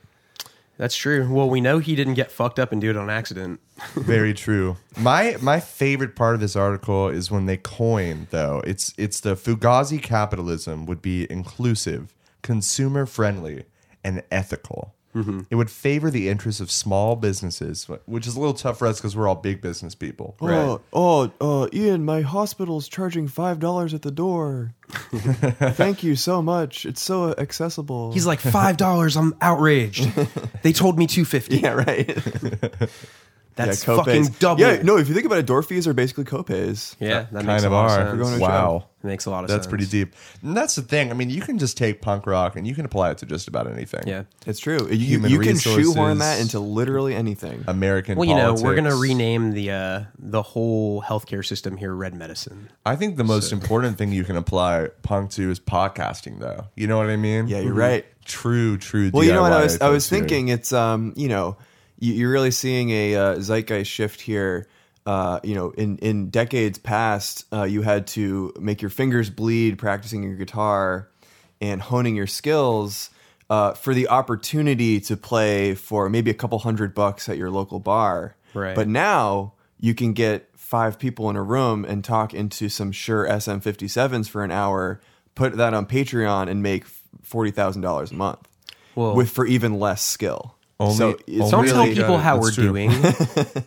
Speaker 3: That's true. Well, we know he didn't get fucked up and do it on accident.
Speaker 1: Very true. My my favorite part of this article is when they coin though. It's it's the Fugazi capitalism would be inclusive, consumer friendly, and ethical.
Speaker 3: Mm-hmm.
Speaker 1: It would favor the interests of small businesses, which is a little tough for us because we're all big business people.
Speaker 2: Oh, oh, oh, Ian, my hospital's charging five dollars at the door. Thank you so much. It's so accessible.
Speaker 3: He's like five dollars. I'm outraged. They told me two fifty.
Speaker 2: yeah, right.
Speaker 3: That's
Speaker 2: yeah, copays.
Speaker 3: fucking double.
Speaker 2: Yeah, no. If you think about it, door fees are basically copays.
Speaker 3: Yeah, that
Speaker 1: kind
Speaker 3: makes a
Speaker 1: of
Speaker 3: lot
Speaker 1: are.
Speaker 3: Of
Speaker 2: going
Speaker 3: sense.
Speaker 2: to
Speaker 1: wow.
Speaker 3: It makes a lot of
Speaker 1: That's
Speaker 3: sense.
Speaker 1: pretty deep. And that's the thing. I mean, you can just take punk rock and you can apply it to just about anything.
Speaker 3: Yeah.
Speaker 2: It's true. You,
Speaker 1: Human
Speaker 2: you can
Speaker 1: resources.
Speaker 2: shoehorn that into literally anything.
Speaker 1: American.
Speaker 3: Well, you know, we're gonna
Speaker 1: politics.
Speaker 3: rename the uh, the whole healthcare system here red medicine.
Speaker 1: I think the most important thing you can apply punk to is podcasting, though. You know what I mean?
Speaker 2: Yeah, you're right.
Speaker 1: True, true.
Speaker 2: Well, you know what I
Speaker 1: DIY
Speaker 2: was I was
Speaker 1: folks here.
Speaker 2: thinking. It's um, you know, you, you're really seeing a uh, zeitgeist shift here. Uh, you know, in in decades past, uh, you had to make your fingers bleed practicing your guitar and honing your skills uh, for the opportunity to play for maybe a couple hundred bucks at your local bar.
Speaker 3: Right.
Speaker 2: But now you can get five people in a room and talk into some sure SM57s for an hour, put that on Patreon and make $40,000 a month
Speaker 3: Well-
Speaker 2: with for even less skill.
Speaker 1: Only,
Speaker 2: So, it's
Speaker 3: Don't
Speaker 1: only-
Speaker 2: really-
Speaker 1: Yeah,
Speaker 3: tell people how
Speaker 1: uh, that's true.
Speaker 3: we're doing.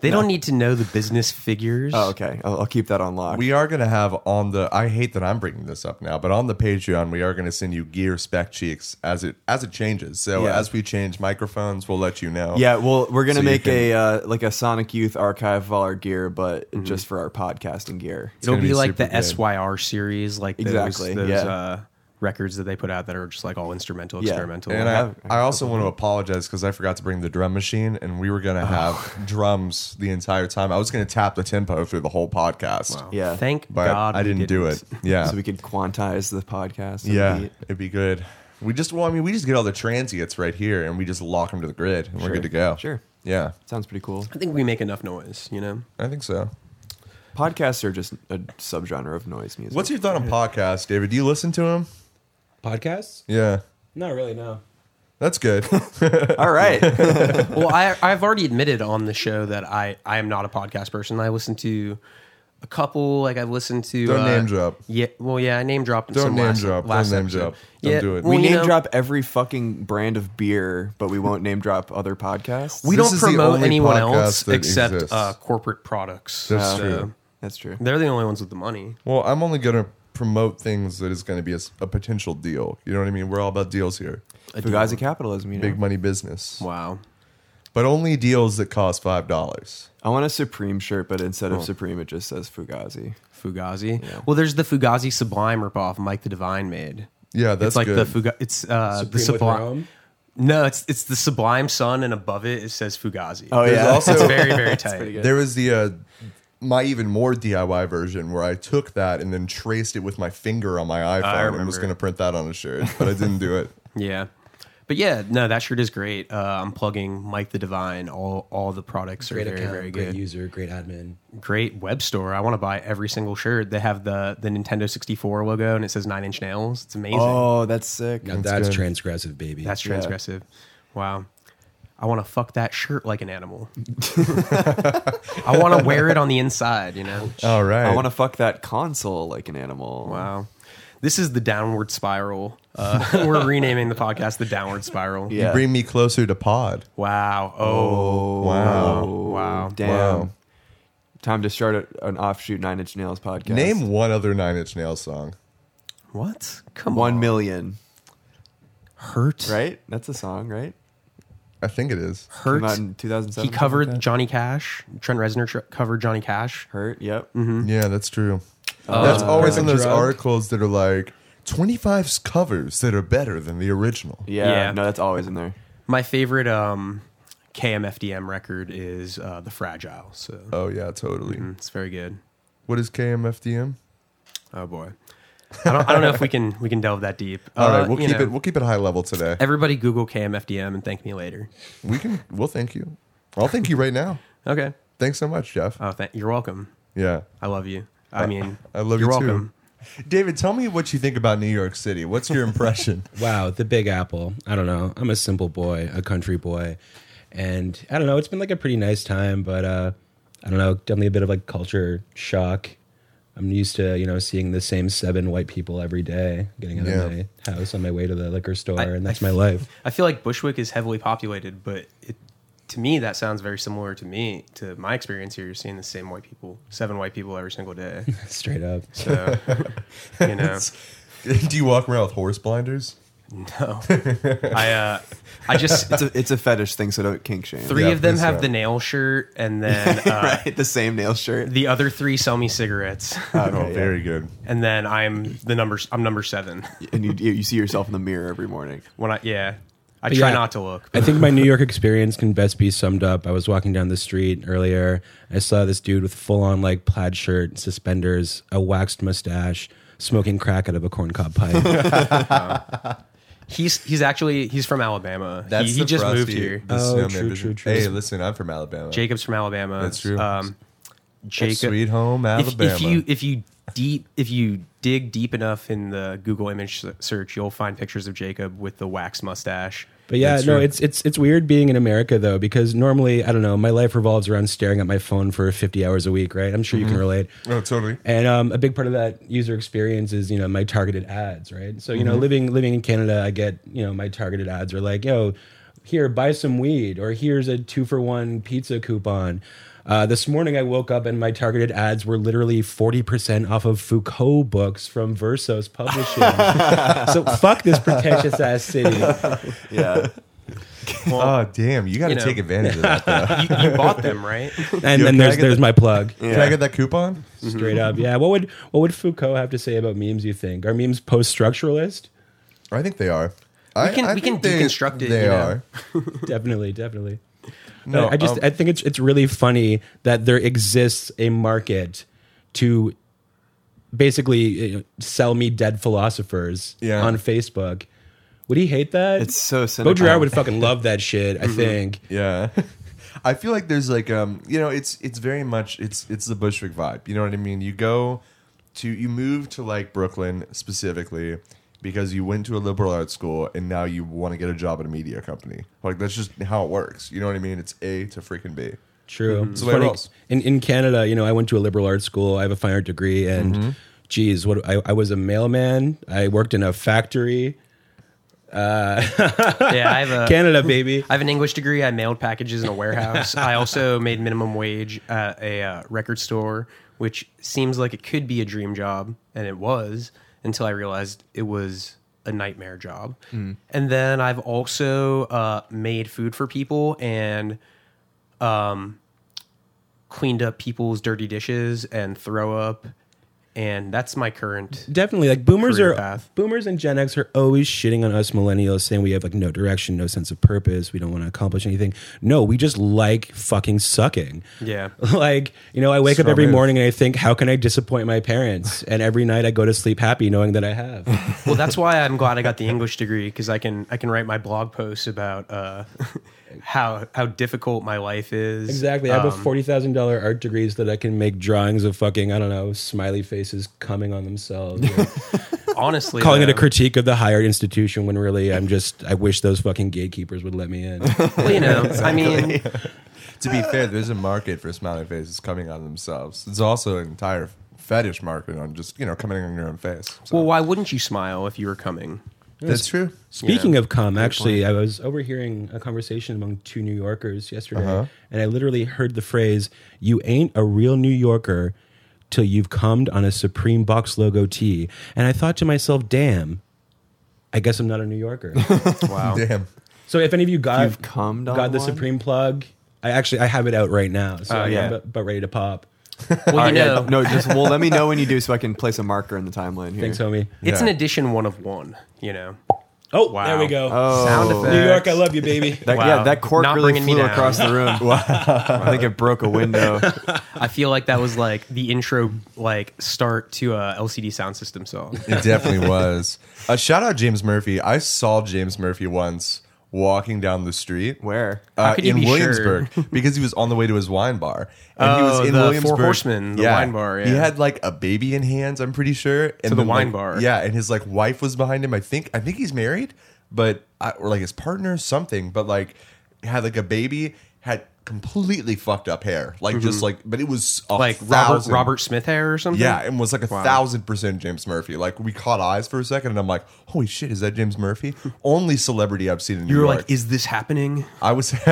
Speaker 3: They don't need to know the business figures.
Speaker 2: Oh, okay. I'll, I'll keep that on lock.
Speaker 1: We are going to have on the. I hate that I'm bringing this up now, but on the Patreon, we are going to send you gear spec cheeks as it as it changes. So
Speaker 2: Yeah.
Speaker 1: as we change microphones, we'll let you know.
Speaker 2: yeah, well, we're
Speaker 1: So
Speaker 2: gonna
Speaker 1: you
Speaker 2: make
Speaker 1: can-
Speaker 2: a uh, like a Sonic Youth archive of all our gear, but
Speaker 1: Mm-hmm.
Speaker 2: just for our podcasting gear.
Speaker 3: It'll
Speaker 1: gonna
Speaker 3: be,
Speaker 1: be
Speaker 3: like the
Speaker 1: super good.
Speaker 3: SYR series, like those,
Speaker 2: Exactly,
Speaker 3: those
Speaker 2: yeah.
Speaker 3: uh, records that they put out that are just like all instrumental,
Speaker 2: Yeah.
Speaker 3: experimental.
Speaker 1: And
Speaker 2: I
Speaker 1: I,
Speaker 2: have- I
Speaker 1: I also want to apologize because I forgot to bring the drum machine, and we were
Speaker 2: Oh.
Speaker 1: gonna have drums the entire time. I was gonna tap the tempo through the whole podcast,
Speaker 2: Yeah.
Speaker 3: Thank
Speaker 1: but
Speaker 3: God
Speaker 1: I
Speaker 3: we
Speaker 1: didn't do it. Yeah,
Speaker 2: So we could quantize the podcast. and
Speaker 1: yeah,
Speaker 2: beat.
Speaker 1: it'd be good. We just, well, I mean, we just get all the transients right here, and we just lock them to the grid, and we're
Speaker 2: Sure.
Speaker 1: good to go.
Speaker 2: Sure.
Speaker 1: Yeah,
Speaker 2: Sounds pretty cool.
Speaker 3: I think we make enough noise, you know?
Speaker 1: I think so.
Speaker 2: Podcasts are just a subgenre of noise music.
Speaker 1: What's your thought on podcasts, David? Do you listen to them?
Speaker 4: Podcasts?
Speaker 1: Yeah,
Speaker 4: Not really. No.
Speaker 1: that's good.
Speaker 2: all right?
Speaker 3: well, I, I've already admitted on the show that I, I am not a podcast person. I listen to a couple, like I've listened to.
Speaker 1: Don't
Speaker 3: uh,
Speaker 1: name drop.
Speaker 3: Yeah, well, yeah, I name dropped.
Speaker 1: Don't
Speaker 3: some
Speaker 1: name
Speaker 3: last,
Speaker 1: drop. Don't
Speaker 3: Last
Speaker 1: name
Speaker 3: episode.
Speaker 1: drop. Don't
Speaker 3: yeah,
Speaker 1: do it.
Speaker 2: we
Speaker 3: well, you
Speaker 2: name
Speaker 3: know,
Speaker 2: drop every fucking brand of beer, but we won't name drop other podcasts.
Speaker 3: We
Speaker 1: This
Speaker 3: don't
Speaker 1: is the
Speaker 3: promote
Speaker 1: only
Speaker 3: anyone
Speaker 1: podcast
Speaker 3: else
Speaker 1: that
Speaker 3: except
Speaker 1: exists.
Speaker 3: uh, corporate products.
Speaker 1: That's
Speaker 3: So
Speaker 1: true.
Speaker 2: That's true.
Speaker 3: They're the only ones with the money.
Speaker 1: well, I'm only gonna promote things that is gonna be a, s- a potential deal. You know what I mean? We're all about deals here.
Speaker 2: The guys of capitalism, you know.
Speaker 1: Big money business.
Speaker 3: Wow.
Speaker 1: but only deals that cost five dollars.
Speaker 2: I want a Supreme shirt, but instead
Speaker 1: Oh.
Speaker 2: of Supreme, it just says Fugazi.
Speaker 3: Fugazi. Well, there's the Fugazi Sublime ripoff Mike the Divine made.
Speaker 1: Yeah, that's
Speaker 3: it's like
Speaker 1: good.
Speaker 3: the Fuga- it's uh, the
Speaker 4: Supreme with
Speaker 3: Sublime.
Speaker 4: Rome?
Speaker 3: No, it's it's the Sublime Sun, and above it it says Fugazi.
Speaker 2: Oh,
Speaker 1: There's
Speaker 2: yeah.
Speaker 1: also
Speaker 3: it's very very tight.
Speaker 2: pretty good.
Speaker 1: there was the uh, my even more DIY version where I took that and then traced it with my finger on my iPhone and was
Speaker 3: remember.
Speaker 1: going to print that on a shirt, but I didn't do it.
Speaker 3: Yeah. But yeah, no, that shirt is great. Uh, I'm plugging Mike the Divine. All all the products are
Speaker 4: Great
Speaker 3: very
Speaker 4: account.
Speaker 3: very
Speaker 4: great
Speaker 3: good.
Speaker 4: user. Great admin.
Speaker 3: Great web store. I want to buy every single shirt. They have the the Nintendo 64 logo and it says Nine Inch Nails. It's amazing.
Speaker 2: Oh, that's sick.
Speaker 4: Now that's
Speaker 1: good.
Speaker 4: transgressive, baby.
Speaker 3: That's transgressive. Wow. I want to fuck that shirt like an animal. I want to wear it on the inside, you know?
Speaker 1: All right,
Speaker 2: I want to fuck that console like an animal.
Speaker 3: Wow. This is the downward spiral. Uh, we're renaming the podcast the downward spiral.
Speaker 2: Yeah.
Speaker 1: bring me closer to Pod.
Speaker 3: Wow. Oh.
Speaker 1: Wow.
Speaker 3: Wow.
Speaker 2: Damn.
Speaker 1: Wow.
Speaker 2: Time to start a, an offshoot Nine Inch Nails podcast.
Speaker 1: Name one other Nine Inch Nails song.
Speaker 3: What? Come
Speaker 2: one
Speaker 3: on.
Speaker 2: million.
Speaker 3: Hurt.
Speaker 2: Right? That's a song, right?
Speaker 1: I think it is.
Speaker 2: Came out
Speaker 3: Hurt.
Speaker 2: in 2007.
Speaker 3: He covered Johnny Cash. Trent Reznor tr- covered Johnny Cash.
Speaker 2: Hurt. Yep.
Speaker 3: Mm-hmm.
Speaker 1: Yeah, that's true. that's always in those
Speaker 4: Drug.
Speaker 1: articles that are like 25 covers that are better than the original.
Speaker 2: Yeah.
Speaker 3: Yeah.
Speaker 2: No, that's always in there.
Speaker 3: My favorite um, KMFDM record is uh, The Fragile. So mm,
Speaker 1: Oh yeah, totally.
Speaker 3: it's very good.
Speaker 1: What is KMFDM?
Speaker 3: Oh boy. I don't, I don't know if we can we can delve that deep.
Speaker 1: All
Speaker 3: Uh,
Speaker 1: right, we'll
Speaker 3: you
Speaker 1: keep
Speaker 3: know,
Speaker 1: it. We'll keep it high level today.
Speaker 3: everybody Google KMFDM and thank me later.
Speaker 1: We can. We'll thank you. I'll thank you right now.
Speaker 3: Okay.
Speaker 1: Thanks so much, Jeff.
Speaker 3: Oh, thank you're welcome.
Speaker 1: Yeah.
Speaker 3: I love you. I mean,
Speaker 1: I love you
Speaker 3: you're
Speaker 1: too.
Speaker 3: welcome.
Speaker 1: David, tell me what you think about New York City. What's your impression?
Speaker 4: Wow, the Big Apple. I don't know. I'm a simple boy, a country boy, and I don't know. It's been like a pretty nice time, but uh, I don't know. Definitely a bit of like culture shock. I'm used to you know seeing the same seven white people every day, getting out of
Speaker 1: Yeah.
Speaker 4: my house on my way to the liquor store,
Speaker 3: I-
Speaker 4: and that's
Speaker 3: I-
Speaker 4: my life.
Speaker 3: I feel like Bushwick is heavily populated, but it, to me that sounds very similar to me to my experience here. You're seeing the same white people, seven white people every single day.
Speaker 4: Straight up.
Speaker 3: So you know,
Speaker 1: Do you walk around with horse blinders?
Speaker 3: no. I uh, I just
Speaker 2: It's a, it's a fetish thing, so don't kink shame.
Speaker 3: three
Speaker 1: Yeah,
Speaker 3: of them
Speaker 1: please
Speaker 3: have
Speaker 1: don't.
Speaker 3: the nail shirt, and then uh,
Speaker 2: right? The same nail shirt.
Speaker 3: the other three sell me cigarettes.
Speaker 1: oh, very good.
Speaker 3: and then I'm the number I'm number seven.
Speaker 2: And you, you see yourself in the mirror every morning.
Speaker 3: When I yeah, I
Speaker 4: But
Speaker 3: try
Speaker 4: yeah,
Speaker 3: not to look.
Speaker 4: I think my New York experience can best be summed up. I was walking down the street earlier. I saw this dude with full on like plaid shirt, suspenders, a waxed mustache, smoking crack out of a corncob pipe.
Speaker 3: He's he's actually he's from Alabama.
Speaker 1: That's
Speaker 3: he, he
Speaker 1: the
Speaker 3: just moved
Speaker 1: Frosty-
Speaker 3: here.
Speaker 1: the
Speaker 4: Oh,
Speaker 1: snowman
Speaker 4: true,
Speaker 1: vision.
Speaker 4: true, true.
Speaker 1: Hey, listen, I'm from Alabama.
Speaker 3: Jacob's from Alabama.
Speaker 1: That's true.
Speaker 3: Um, Jacob,
Speaker 1: Sweet home
Speaker 3: if,
Speaker 1: Alabama.
Speaker 3: if you if you deep if you dig deep enough in the Google image s- search, you'll find pictures of Jacob with the wax mustache.
Speaker 4: But yeah,
Speaker 1: That's
Speaker 4: no,
Speaker 1: true.
Speaker 4: it's it's it's weird being in America though, because normally I don't know, my life revolves around staring at my phone for fifty hours a week, right? I'm sure you can relate.
Speaker 1: oh, totally.
Speaker 4: And um, a big part of that user experience is you know
Speaker 1: Mm-hmm.
Speaker 4: my targeted ads, right? So you know, living living in Canada, I get you know my targeted ads are like, yo, here, buy some weed, or here's a two for one pizza coupon. Uh, this morning I woke up and my targeted ads were literally 40% off of Foucault books from Versos Publishing. so fuck this pretentious ass city.
Speaker 2: Yeah.
Speaker 1: oh damn! You got to
Speaker 3: you know.
Speaker 1: take advantage of that. Though.
Speaker 3: you, you bought them, right?
Speaker 4: And
Speaker 1: Yo,
Speaker 4: then
Speaker 1: can I get
Speaker 4: there's
Speaker 1: the-
Speaker 4: there's my plug.
Speaker 1: Can I get that coupon?
Speaker 4: Straight up. Yeah. What would what would Foucault have to say about memes, you think? Are memes post structuralist?
Speaker 1: I think they are. I,
Speaker 3: can-
Speaker 1: I
Speaker 3: we
Speaker 1: think
Speaker 3: can
Speaker 1: they-
Speaker 3: deconstruct it,
Speaker 1: They
Speaker 3: you know.
Speaker 1: are.
Speaker 4: definitely, definitely.
Speaker 1: No,
Speaker 4: I just
Speaker 1: um,
Speaker 4: I think it's it's really funny that there exists a market to basically you know, sell me dead philosophers
Speaker 1: Yeah.
Speaker 4: on Facebook. Would he hate that?
Speaker 2: It's so cynical.
Speaker 4: Baudrillard would fucking love that shit. I think.
Speaker 1: Yeah. I feel like there's like um you know it's it's very much it's it's the Bushwick vibe. You know what I mean? You go to you move to like Brooklyn specifically because you went to a liberal arts school and now you want to get a job at a media company. Like that's just how it works. You know what I mean? It's A to freaking B.
Speaker 4: True. It's
Speaker 1: So what
Speaker 4: funny,
Speaker 1: else?
Speaker 4: In in Canada, you know, I went to a liberal arts school. I have a fine art degree, and geez, what I, I was a mailman. I worked in a factory.
Speaker 3: Yeah, I have a
Speaker 4: Canada, baby.
Speaker 3: I have an English degree. I mailed packages in a warehouse. I also made minimum wage at a uh, record store, which seems like it could be a dream job, and it was until I realized it was a nightmare job. And then I've also uh, made food for people and um, cleaned up people's dirty dishes and throw up, and that's my current.
Speaker 4: Definitely, like boomers
Speaker 3: Career
Speaker 4: are
Speaker 3: path.
Speaker 4: boomers and Gen X are always shitting on us millennials, saying we have like no direction, no sense of purpose, we don't want to accomplish anything. No, we just like fucking sucking.
Speaker 3: Yeah.
Speaker 4: like you know, I wake
Speaker 1: Strong
Speaker 4: up every
Speaker 1: move.
Speaker 4: morning and I think, how can I disappoint my parents? and every night I go to sleep happy, knowing that I have.
Speaker 3: Well, that's why I'm glad I got the English degree because I can I can write my blog posts about uh, how how difficult my life is.
Speaker 4: Exactly. I have a
Speaker 3: Um,
Speaker 4: forty thousand dollar art degree so that I can make drawings of fucking I don't know smiley faces coming on themselves, or
Speaker 3: honestly,
Speaker 4: calling it a
Speaker 3: though,
Speaker 4: critique of the higher institution when really I'm just I wish those fucking gatekeepers would let me in.
Speaker 3: well, you know, I mean,
Speaker 1: To be fair, there's a market for smiling faces coming on themselves. It's also an entire fetish market on just, you know, coming on your own face. So,
Speaker 3: well, why wouldn't you smile if you were coming?
Speaker 1: that's true.
Speaker 4: Speaking of cum, actually, I was overhearing a conversation among two New Yorkers yesterday, and I literally heard the phrase, "You ain't a real New Yorker till you've cummed on a Supreme box logo tee." And I thought to myself, "Damn, I guess I'm not a New Yorker."
Speaker 3: Wow,
Speaker 1: Damn.
Speaker 4: so if any of you got
Speaker 2: You've cummed on
Speaker 4: got the
Speaker 2: one?
Speaker 4: Supreme plug, I actually I have it out right now, so
Speaker 3: Oh,
Speaker 4: I'm
Speaker 2: yeah.
Speaker 4: about- about ready to pop.
Speaker 3: well, you know,
Speaker 2: No, just well, let me know when you do so I can place a marker in the timeline here.
Speaker 4: Thanks, homie.
Speaker 3: it's
Speaker 1: Yeah.
Speaker 3: an edition one of one. You know,
Speaker 4: Oh,
Speaker 3: Wow.
Speaker 4: there we go.
Speaker 2: Oh,
Speaker 3: sound effects.
Speaker 4: New York, I love you, baby.
Speaker 2: That,
Speaker 3: Wow.
Speaker 2: Yeah, that cork
Speaker 3: Not
Speaker 2: really
Speaker 3: bringing me
Speaker 2: flew
Speaker 3: down.
Speaker 2: across the room. I think it broke a window.
Speaker 3: I feel like that was like the intro, like start to a LCD sound system song.
Speaker 1: It definitely was. Uh, shout out James Murphy. I saw James Murphy once walking down the street.
Speaker 2: Where?
Speaker 1: Uh,
Speaker 3: could you
Speaker 1: in
Speaker 3: be sure?
Speaker 1: Williamsburg because he was on the way to his wine bar and he
Speaker 3: Oh,
Speaker 1: was in
Speaker 3: the Four
Speaker 1: Williamsburg.
Speaker 3: Horsemen, the wine bar,
Speaker 1: He
Speaker 3: yeah.
Speaker 1: had like a baby in hands, I'm pretty sure. And
Speaker 3: the
Speaker 1: then,
Speaker 3: wine
Speaker 1: like-
Speaker 3: bar.
Speaker 1: Yeah, and his like wife was behind him. I think I think he's married, but I, or like his partner or something. But like had like a baby, had completely fucked up hair, like just like. But it was a
Speaker 3: Mm-hmm. Like Robert
Speaker 1: thousand-
Speaker 3: Robert Smith hair or something.
Speaker 1: yeah, and was like a thousand percent James Murphy. Like we caught eyes for a second, and I'm like, "Holy shit, is that James Murphy?" Only celebrity I've seen in
Speaker 3: you
Speaker 1: New
Speaker 3: were
Speaker 1: York.
Speaker 3: like, is this happening?
Speaker 1: I was,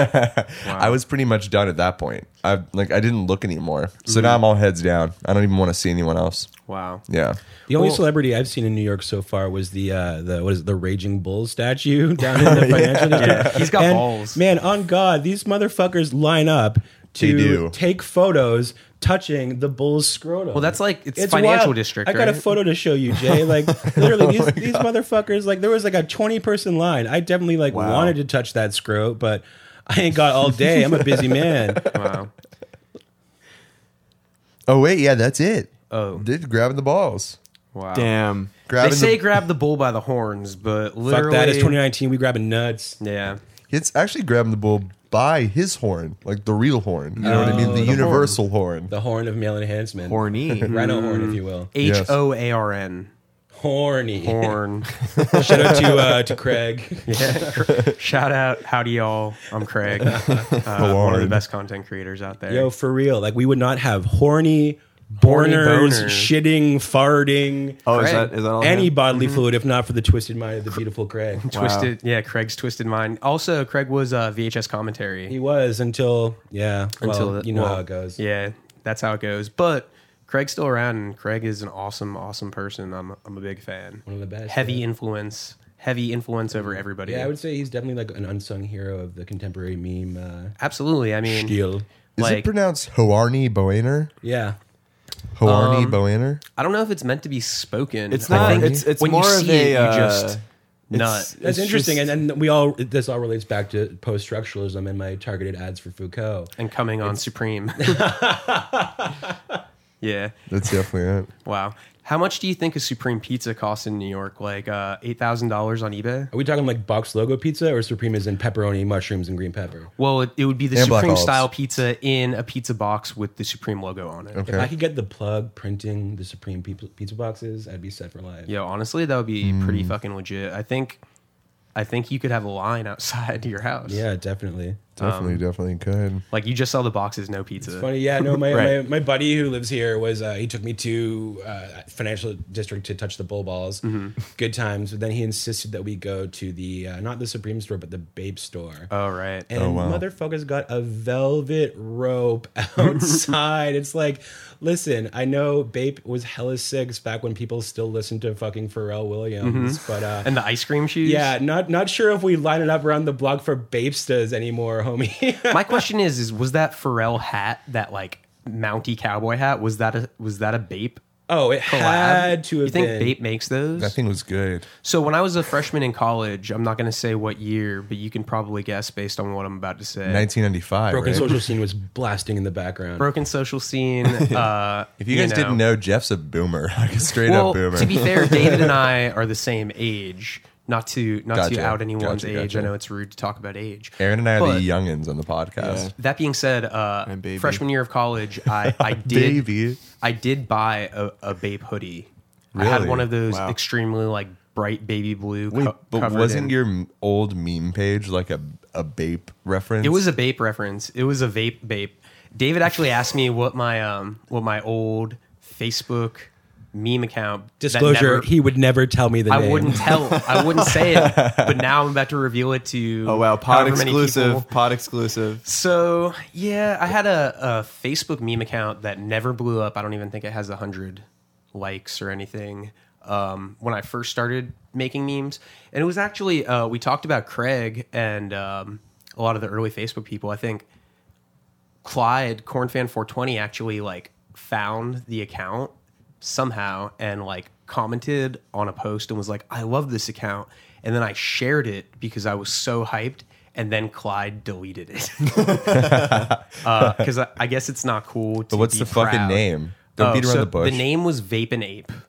Speaker 1: I was pretty much done at that point. I like I didn't look anymore, so now I'm all heads down. I don't even want to see anyone else.
Speaker 3: Wow.
Speaker 1: Yeah,
Speaker 4: The only
Speaker 3: Well-
Speaker 4: celebrity I've seen in New York so far was the uh, the what is it, the Raging Bull statue down in the financial district.
Speaker 3: He's got
Speaker 4: And,
Speaker 3: balls.
Speaker 4: man. On God, these motherfuckers line up
Speaker 1: They do.
Speaker 4: to take photos touching the bull's scrotum.
Speaker 3: Well, that's like- it's financial district,
Speaker 4: I got a
Speaker 3: right? Oh
Speaker 4: photo to show you, Jay. Like literally, these, these motherfuckers. Like there was like a twenty person line. I definitely like
Speaker 2: Wow.
Speaker 4: wanted to touch that scrote, but I ain't got all day. I'm a busy man.
Speaker 3: Wow.
Speaker 1: Oh wait, yeah, that's it.
Speaker 3: Oh.
Speaker 1: they're grabbing the balls.
Speaker 3: Wow.
Speaker 2: Damn.
Speaker 1: Grabbing
Speaker 3: they say
Speaker 1: the,
Speaker 3: grab the bull by the horns, but
Speaker 4: Fuck
Speaker 3: literally,
Speaker 4: that. It's 2019. We grabbing nuts.
Speaker 3: Yeah,
Speaker 1: it's actually grabbing the bull by his horn, like the real horn. You know what I mean? Oh, The, universal horn.
Speaker 4: The horn of male enhancement.
Speaker 2: Horny.
Speaker 4: Rhino horn, if you will.
Speaker 3: H
Speaker 1: Yes.
Speaker 3: O A R N,
Speaker 4: horny.
Speaker 3: horn.
Speaker 4: Shout out to uh, to Craig.
Speaker 3: yeah. Shout out, howdy y'all. I'm Craig, uh, one of the
Speaker 1: Horn.
Speaker 3: best content creators out there.
Speaker 4: Yo, for real. Like we would not have horny
Speaker 3: Horny
Speaker 4: Borners,
Speaker 3: boners.
Speaker 4: shitting, farting,
Speaker 2: Oh, is
Speaker 3: Craig.
Speaker 2: that is that all?
Speaker 4: any
Speaker 2: Anybody?
Speaker 4: bodily fluid, if not for the twisted mind of the beautiful Craig.
Speaker 3: Twisted, yeah. Craig's twisted mind. Also, Craig was uh, VHS commentary.
Speaker 4: He was until yeah,
Speaker 3: Until
Speaker 4: until
Speaker 3: the-
Speaker 4: you know
Speaker 3: well,
Speaker 4: how it goes.
Speaker 3: Yeah, that's how it goes. But Craig's still around, and Craig is an awesome, awesome person. I'm, I'm a big fan.
Speaker 4: One of the best,
Speaker 3: Heavy
Speaker 4: yeah.
Speaker 3: influence. Heavy influence over everybody.
Speaker 4: Yeah, I would say he's definitely like an unsung hero of the contemporary meme uh,
Speaker 3: Absolutely. I mean,
Speaker 4: deal.
Speaker 1: Is
Speaker 3: like
Speaker 1: it pronounced Hoarni Boehner?
Speaker 4: Yeah,
Speaker 1: Hoarni Boehner?
Speaker 3: I don't know if it's meant to be spoken.
Speaker 2: It's
Speaker 3: I
Speaker 2: not.
Speaker 3: think
Speaker 2: It's it's
Speaker 3: when
Speaker 2: more
Speaker 3: you
Speaker 2: of
Speaker 3: see
Speaker 2: a.
Speaker 3: it,
Speaker 2: uh,
Speaker 3: you just nut.
Speaker 2: it's- it's
Speaker 4: that's interesting,
Speaker 2: just-
Speaker 4: and then we all this all relates back to post structuralism and my targeted ads for Foucault.
Speaker 3: and coming on Supreme. yeah.
Speaker 1: That's definitely it.
Speaker 3: Wow. How much do you think a Supreme pizza costs in New York? Like uh, eight thousand dollars on eBay?
Speaker 4: Are we talking like box logo pizza or Supreme is in pepperoni, mushrooms, and green pepper?
Speaker 3: Well, it, it would be the
Speaker 1: And black
Speaker 3: Supreme style
Speaker 1: olives.
Speaker 3: pizza in a pizza box with the Supreme logo on it.
Speaker 1: Okay.
Speaker 4: If I could get the plug printing the Supreme peop- pizza boxes, I'd be set for life.
Speaker 3: Yo, honestly, that would be pretty
Speaker 1: Mm.
Speaker 3: fucking legit. I think, I think you could have a line outside your house.
Speaker 4: Yeah, definitely.
Speaker 1: Definitely,
Speaker 3: Um,
Speaker 1: definitely could.
Speaker 3: Like you just sell the boxes, no pizza.
Speaker 4: It's funny, yeah. No, my,
Speaker 2: Right.
Speaker 4: my, my buddy who lives here was uh, he took me to uh, financial district to touch the bull balls. Good times. But then he insisted that we go to the uh, not the Supreme store, but the Babe store.
Speaker 3: Oh right.
Speaker 4: and
Speaker 1: Oh, wow.
Speaker 4: motherfuckers got a velvet rope outside. it's like, listen, I know Bape was hella six back when people still listened to fucking Pharrell Williams, but uh,
Speaker 3: and the ice cream shoes.
Speaker 4: yeah, not not sure if we line it up around the block for Bapestas anymore, homie.
Speaker 3: My question is: Is was that Pharrell hat that like Mountie cowboy hat? Was that a was that a Bape
Speaker 4: oh, it
Speaker 3: collab?
Speaker 4: had to have
Speaker 3: you think
Speaker 4: been.
Speaker 3: Bape makes those?
Speaker 1: That thing was good.
Speaker 3: So when I was a freshman in college, I'm not going to say what year, but you can probably guess based on what I'm about to say.
Speaker 1: 1995.
Speaker 4: Broken
Speaker 1: right?
Speaker 4: social scene was blasting in the background.
Speaker 3: Broken social scene. Uh,
Speaker 1: If you guys didn't know, Jeff's a boomer, like a straight
Speaker 3: well,
Speaker 1: up boomer.
Speaker 3: to be fair, David and I are the same age. Not to not to
Speaker 1: Gotcha,
Speaker 3: out anyone's
Speaker 1: gotcha,
Speaker 3: age. I
Speaker 1: gotcha.
Speaker 3: know it's rude to talk about age.
Speaker 1: Aaron and I are
Speaker 3: But-
Speaker 1: the youngins on the podcast.
Speaker 3: That being said,
Speaker 2: My
Speaker 3: uh,
Speaker 2: baby.
Speaker 3: freshman year of college, I, I did
Speaker 1: Baby.
Speaker 3: I did buy a, a Bape hoodie. I had
Speaker 1: Really?
Speaker 3: one of those
Speaker 2: Wow.
Speaker 3: extremely like bright baby blue.
Speaker 1: Wait,
Speaker 3: co-
Speaker 1: but
Speaker 3: covered
Speaker 1: wasn't
Speaker 3: in-
Speaker 1: your m- old meme page like a a Bape reference?
Speaker 3: It was a vape reference. It was a vape vape. David actually asked me what my um what my old Facebook meme account that
Speaker 4: Disclosure:
Speaker 3: never-
Speaker 4: He would never tell me the
Speaker 3: I
Speaker 4: name.
Speaker 3: wouldn't tell. I wouldn't say it. But now I'm about to reveal it to.
Speaker 2: Oh wow! Pod
Speaker 3: however many people.
Speaker 2: exclusive. Pod exclusive.
Speaker 3: So yeah, I had a, a Facebook meme account that never blew up. I don't even think it has a hundred likes or anything. Um, when I first started making memes, and it was actually uh, we talked about Craig and um, a lot of the early Facebook people. I think Clyde Cornfan420 actually like found the account somehow and like commented on a post and was like, "I love this account," and then I shared it because I was so hyped. And then Clyde deleted it because I, I guess it's not cool. To
Speaker 1: But what's
Speaker 3: be
Speaker 1: the fucking
Speaker 3: proud.
Speaker 1: name? Don't
Speaker 3: Oh,
Speaker 1: beat around
Speaker 3: so
Speaker 1: the bush. Hmm.
Speaker 3: The name was Vape and Ape.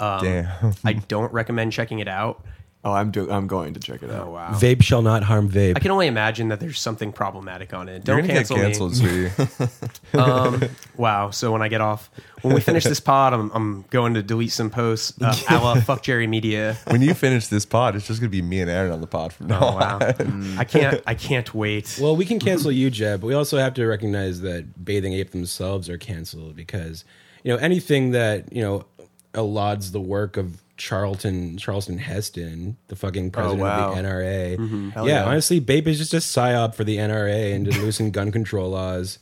Speaker 1: Damn.
Speaker 3: I don't recommend checking it out.
Speaker 2: Oh, I'm do- I'm going to check it out.
Speaker 3: wow!
Speaker 4: Vape shall not harm vape.
Speaker 3: I can only imagine that there's something problematic on it.
Speaker 1: You're
Speaker 3: Don't
Speaker 1: gonna
Speaker 3: cancel
Speaker 1: get
Speaker 3: me.
Speaker 1: canceled, sweetie.
Speaker 3: Um, wow. So when I get off, when we finish this pod, I'm, I'm going to delete some posts. Uh, a la fuck Jerry Media.
Speaker 1: when you finish this pod, it's just gonna be me and Aaron on the pod from now
Speaker 3: Oh
Speaker 1: on.
Speaker 3: wow! I can't. I can't wait.
Speaker 4: Well, we can cancel you, Jeb, but we also have to recognize that Bathing Ape themselves are canceled because, you know, anything that, you know, allods the work of Charlton Charleston Heston, the fucking president
Speaker 2: Oh, wow. Mm-hmm.
Speaker 4: of the NRA. Yeah,
Speaker 2: yeah.
Speaker 4: honestly, Bape is just a psyop for the NRA and to loosen gun control laws.